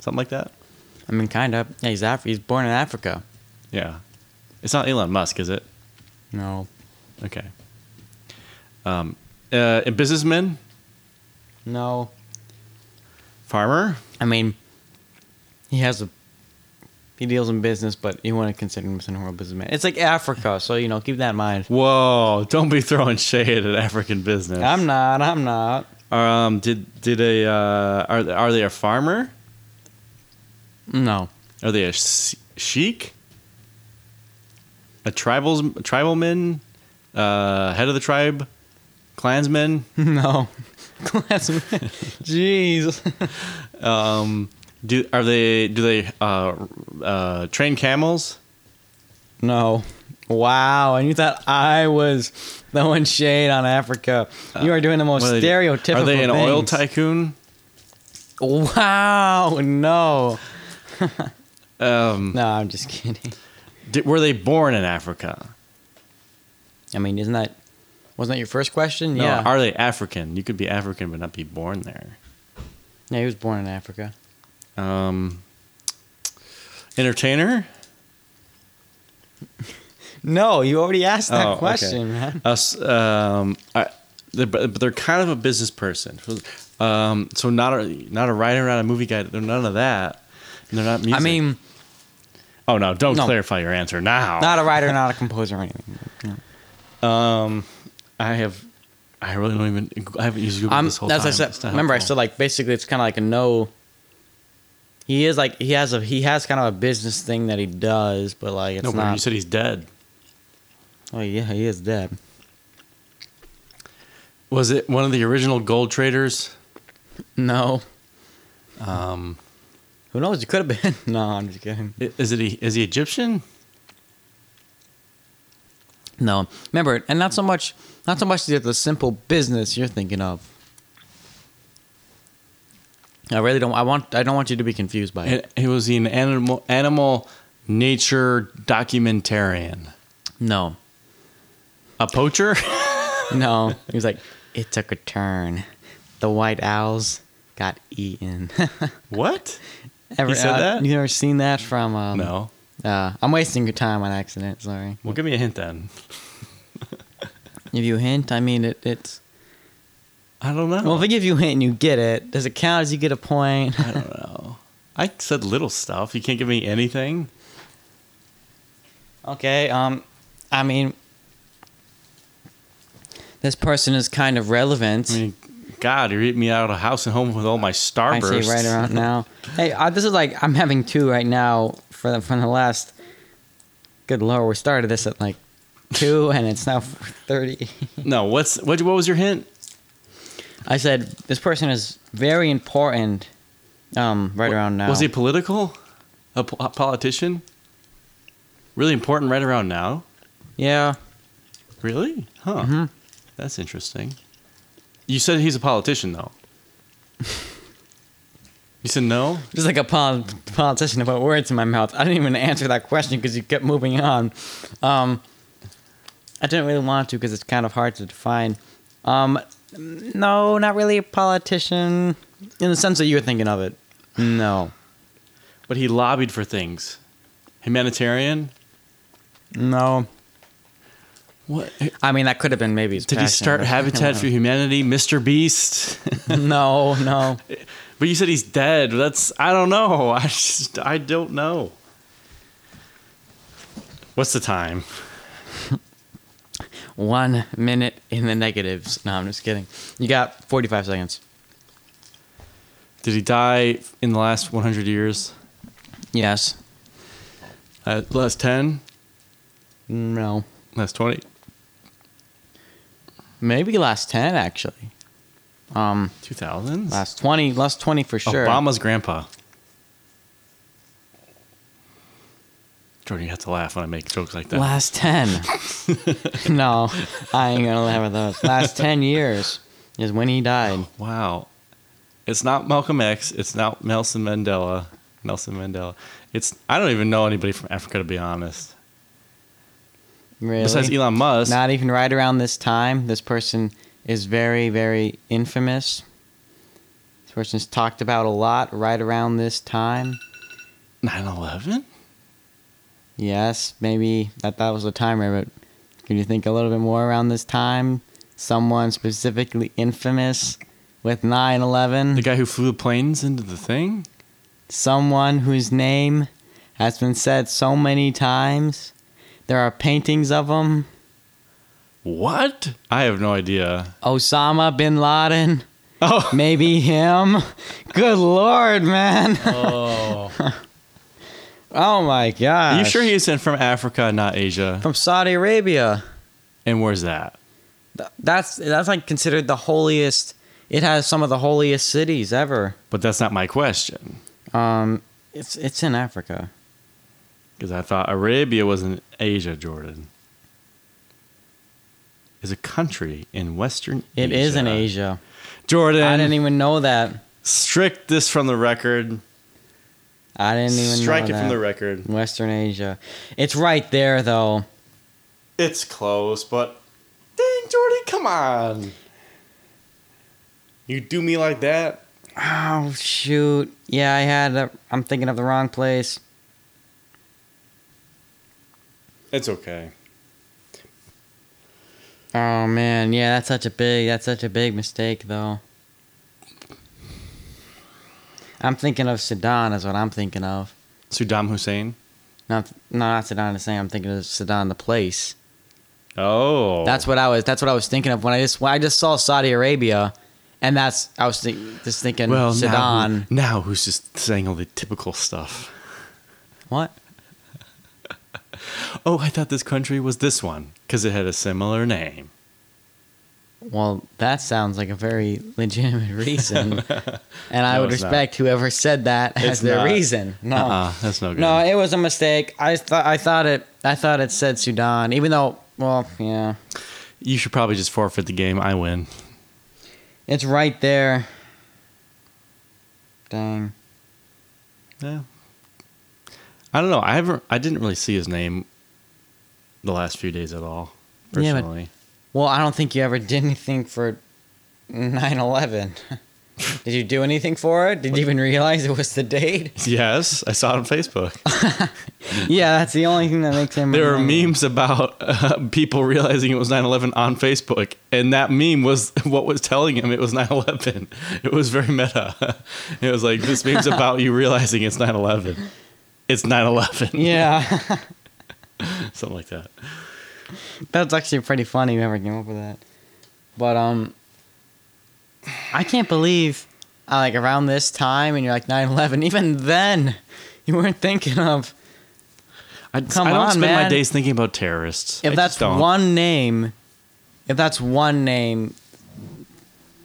S2: Something like that.
S3: I mean, kind of. Yeah, he's Af- He's born in Africa.
S2: Yeah. It's not Elon Musk, is it?
S3: No.
S2: Okay. Um, uh, a businessman,
S3: No.
S2: farmer.
S3: I mean, he has a he deals in business, but you want to consider him as an horrible businessman. It's like Africa, so you know, keep that in mind.
S2: Whoa! Don't be throwing shade at African business.
S3: I'm not. I'm not.
S2: Um, did did a uh, are are they a farmer?
S3: No.
S2: Are they a s- sheik? A tribals tribalman, uh, head of the tribe, clansman.
S3: No. Classmate. Jeez.
S2: Um, do are they do they uh, uh, train camels?
S3: No. Wow. And you thought I was throwing shade on Africa. You are doing the most
S2: What do they do?
S3: Oh, stereotypical.
S2: Are they an oil
S3: things.
S2: tycoon?
S3: Wow. No.
S2: Um,
S3: No, I'm just kidding.
S2: did, were they born in Africa?
S3: I mean, isn't that wasn't that your first question?
S2: No,
S3: yeah.
S2: Are they African? You could be African but not be born there.
S3: Yeah, he was born in Africa.
S2: Um, entertainer?
S3: No, you already asked that
S2: Oh, okay.
S3: question, man.
S2: Us, um, I, they're, but they're kind of a business person. Um, so not a not a writer, not a movie guy. They're none of that. And they're not music.
S3: I mean,
S2: oh no! Don't
S3: no.
S2: clarify your answer now.
S3: not a writer, not a composer, or anything.
S2: Um, I have. I really don't even. I haven't used Google
S3: I'm,
S2: this
S3: that's
S2: whole
S3: what I
S2: time.
S3: said.
S2: It's not
S3: Remember, I
S2: helpful.
S3: said like basically it's kind of like a no. He is like he has a he has kind of a business thing that he does, but like it's
S2: No, but
S3: not.
S2: you said he's dead.
S3: oh yeah, he is dead.
S2: Was it one of the original gold traders?
S3: No,
S2: Um,
S3: who knows? He could have been. no, I'm just kidding.
S2: i- is it? he- Is he Egyptian?
S3: No, remember, and not so much, not so much the, the simple business you're thinking of. I really don't. I want. I don't want you to be confused by it.
S2: It, it was an animal animal nature documentarian.
S3: No,
S2: A poacher?
S3: no. he was like, it took a turn. The white owls got eaten.
S2: what?
S3: Ever,
S2: He said
S3: uh,
S2: that?
S3: You never seen that from? Um,
S2: No.
S3: Uh, I'm wasting your time on accident. Sorry.
S2: Well, give me a hint then.
S3: If you hint, I mean it. It's
S2: I don't know.
S3: well, if I give you a hint and you get it, does it count as you get a point?
S2: I don't know. I said little stuff. You can't give me anything.
S3: okay. Um, I mean, this person is kind of relevant.
S2: I mean, God, you're eating me out of house and home with all my
S3: I
S2: starbursts.
S3: see right around now. hey, uh, this is like I'm having two right now for the, from the last. Good lord, we started this at like two, and it's now thirty.
S2: No, what's what? What was your hint?
S3: I said this person is very important. Um, right around now.
S2: Was he political? A, po- a politician? Really important right around now?
S3: Yeah.
S2: Really? Huh.
S3: Mm-hmm.
S2: That's interesting. You said he's a politician, though. you said no?
S3: Just like a pol- politician to put words in my mouth. I didn't even answer that question because you kept moving on. Um, I didn't really want to because it's kind of hard to define. Um, no, not really a politician in the sense that you were thinking of it. No.
S2: But he lobbied for things. Humanitarian?
S3: No.
S2: What?
S3: I mean, that could have been maybe. his
S2: Did he
S3: passion.
S2: start Habitat for Humanity, Mr. Beast?
S3: no, no.
S2: but you said he's dead. That's I don't know. I just I don't know. What's the time?
S3: One minute in the negatives. No, I'm just kidding. You got 45 seconds.
S2: Did he die in the last 100 years?
S3: Yes.
S2: Uh, last 10?
S3: No.
S2: Last 20?
S3: Maybe last 10, actually. Um,
S2: 2000s?
S3: Last 20, last 20 for sure.
S2: Obama's grandpa. Jordan, you have to laugh when I make jokes like that.
S3: Last 10. no, I ain't going to laugh at those. Last 10 years is when he died.
S2: Wow. It's not Malcolm X. It's not Nelson Mandela. Nelson Mandela. It's I don't even know anybody from Africa to be honest.
S3: Really?
S2: Besides Elon Musk.
S3: Not even right around this time. This person is very, very infamous. This person's talked about a lot right around this time.
S2: 9/11.
S3: Yes, maybe that, that was a timer, but can you think a little bit more around this time? Someone specifically infamous with 9 11?
S2: The guy who flew the planes into the thing?
S3: someone whose name has been said so many times. There are paintings of him.
S2: What? I have no idea.
S3: Osama bin Laden,
S2: Oh.
S3: maybe him. Good lord, man. oh my god.
S2: Are you sure he's in from Africa, not Asia?
S3: from Saudi Arabia?
S2: And where's that?
S3: Th- That's that's like considered the holiest. It has some of the holiest cities ever.
S2: But that's not my question.
S3: Um, it's it's in Africa.
S2: Because I thought Arabia was in Asia, Jordan. Is a country in Western
S3: It is in Asia.
S2: Jordan,
S3: I didn't even know that.
S2: strike this from the record.
S3: I didn't even
S2: Strike
S3: know
S2: it
S3: that.
S2: from the record.
S3: Western Asia. It's right there, though.
S2: It's close, but dang, Jordan, come on. You do me like that?
S3: Oh shoot! Yeah, I had. A, I'm thinking of the wrong place.
S2: It's okay.
S3: Oh man, yeah, that's such a big. That's such a big mistake, though. I'm thinking of Saddam. Is what I'm thinking of.
S2: Saddam Hussein.
S3: Not no, not Saddam the same. I'm thinking of Saddam the place.
S2: Oh,
S3: That's what I was. That's what I was thinking of when I just when I just saw Saudi Arabia, and that's I was think, just thinking
S2: well. Now,
S3: Saddam.
S2: who- now who's just saying all the typical stuff?
S3: What?
S2: Oh, I thought this country was this one because it had a similar name.
S3: Well, that sounds like a very legitimate reason, and I
S2: No,
S3: would
S2: it's not.
S3: respect whoever said that as
S2: It's
S3: their
S2: not.
S3: reason. No,
S2: Uh-uh, that's no good.
S3: no, it was a mistake. I thought I thought it. I thought it said Sudan, even though. Well, yeah,
S2: You should probably just forfeit the game. I win.
S3: it's right there. Dang.
S2: Yeah. I don't know. I haven't. I didn't really see his name the last few days at all.
S3: Yeah, but-
S2: Personally,
S3: Well, I don't think you ever did anything for 9 11. did you do anything for it? Did you even realize it was the date?
S2: yes, I saw it on Facebook.
S3: yeah, that's the only thing that makes him.
S2: There are
S3: annoying.
S2: memes about uh, people realizing it was 9/11 on Facebook, and that meme was what was telling him it was 9/11. It was very meta. It was like this meme's about you realizing it's 9/11. It's 9/11.
S3: Yeah,
S2: something like that.
S3: that's actually pretty funny. Whoever came up with that, but um, I can't believe uh, like around this time, and you're like 9 11. Even then, you weren't thinking of
S2: I,
S3: Come
S2: I don't
S3: on,
S2: spend my
S3: man.
S2: days thinking about terrorists. I
S3: if
S2: just
S3: that's
S2: don't.
S3: one name, if that's one name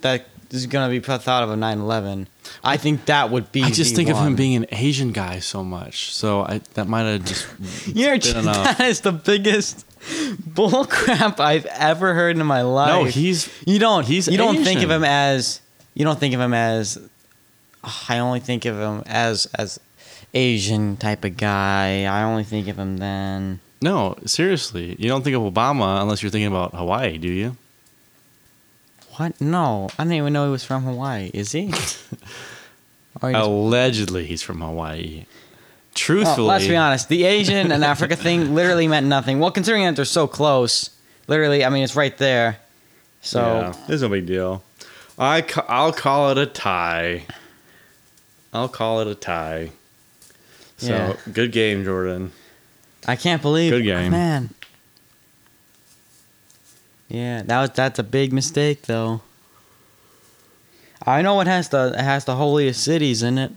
S3: that is going to be put thought of a 9/11, I think that would be.
S2: I just
S3: the
S2: think of
S3: one.
S2: him being an Asian guy so much. So I that might have just
S3: You're,
S2: been enough.
S3: that is the biggest bullcrap I've ever heard in my life.
S2: No, he's
S3: You don't.
S2: he's
S3: You don't think of
S2: Asian.
S3: him as. You don't think of him as. Ugh, I only think of him as as Asian type of guy. I only think of him then.
S2: no, seriously. You don't think of Obama unless you're thinking about Hawaii, do you?
S3: What? No, I didn't even know he was from Hawaii. Is he? Oh, Or he just-
S2: Allegedly, he's from Hawaii.
S3: Well,
S2: Oh, Truthfully,
S3: let's be honest. The Asian and Africa thing literally meant nothing. Well, considering that they're so close, literally, I mean, it's right there. So,
S2: yeah, there's no big deal. I ca- I'll call it a tie. I'll call it a tie. So
S3: Yeah.
S2: good game, Jordan.
S3: I can't believe. Oh,
S2: Good game.
S3: man. Yeah, that was that's a big mistake though. I know it has the it has the holiest cities in it,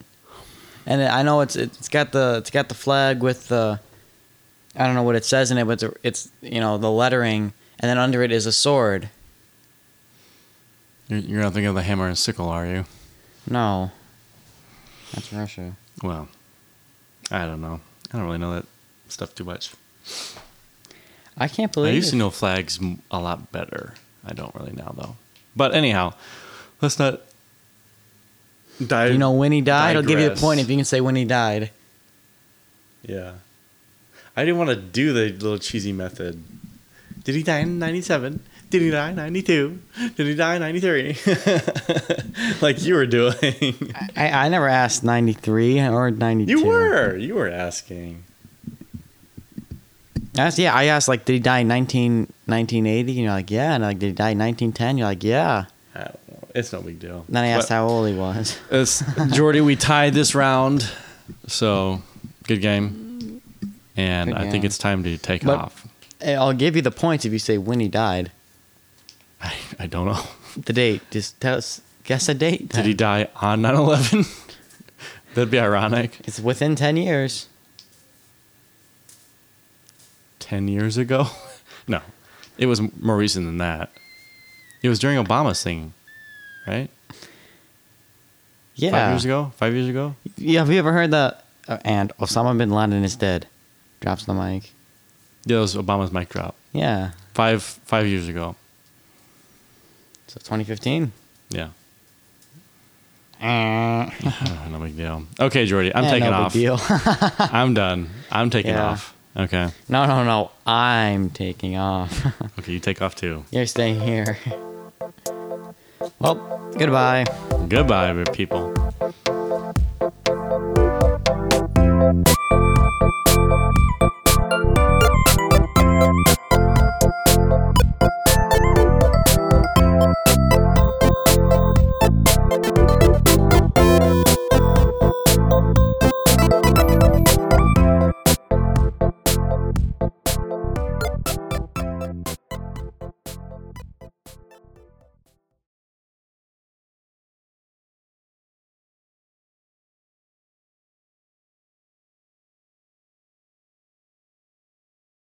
S3: and it, I know it's it's got the it's got the flag with the, I don't know what it says in it, but it's, it's you know the lettering, and then under it is a sword.
S2: You're, you're not thinking of the hammer and sickle, are you?
S3: No, that's Russia.
S2: Well, I don't know. I don't really know that stuff too much.
S3: I can't
S2: I
S3: believe.
S2: used to
S3: it.
S2: know flags m- a lot better. I don't really now though. But anyhow, let's not dive.
S3: You know when he died. I'll give you the
S2: Digress.
S3: point if you can say when he died.
S2: Yeah, I didn't want to do the little cheesy method. Did he die in '97? Did he die in '92? Did he die in '93? like you were doing.
S3: I, I never asked ninety three or ninety two.
S2: You were. You were asking.
S3: I asked, yeah, I asked like, did he die in 19, 1980? And you're like, yeah. And I'm like, did he die in 1910? You're like, yeah.
S2: I don't know. It's no big deal.
S3: And then I asked
S2: But-
S3: how old he was.
S2: It's, Jordy, we tied this round, so good game. And
S3: Good
S2: I think
S3: game.
S2: it's time to take
S3: But-
S2: off.
S3: Eh, I'll give you the points if you say when he died.
S2: I, I don't know.
S3: The date. Just tell us, guess a date.
S2: Did he die on 9 11? That'd be ironic.
S3: It's within 10 years.
S2: 10 years ago? No, it was more recent than that. It was during Obama's thing, right?
S3: Yeah.
S2: Five years ago? Five years ago?
S3: Yeah, have you ever heard the, uh, and Osama bin Laden is dead. Drops the mic.
S2: Yeah, it was Obama's mic drop.
S3: Yeah.
S2: Five five years ago.
S3: So 2015.
S2: Yeah.
S3: Eh,
S2: no big deal. Okay, Jordy, Uh, I'm
S3: eh,
S2: taking
S3: no
S2: off.
S3: Big deal.
S2: I'm done. I'm taking
S3: Yeah.
S2: off. Okay.
S3: no, no, no. I'm taking off.
S2: Okay, you take off too.
S3: You're staying here. Well, goodbye.
S2: Goodbye, people.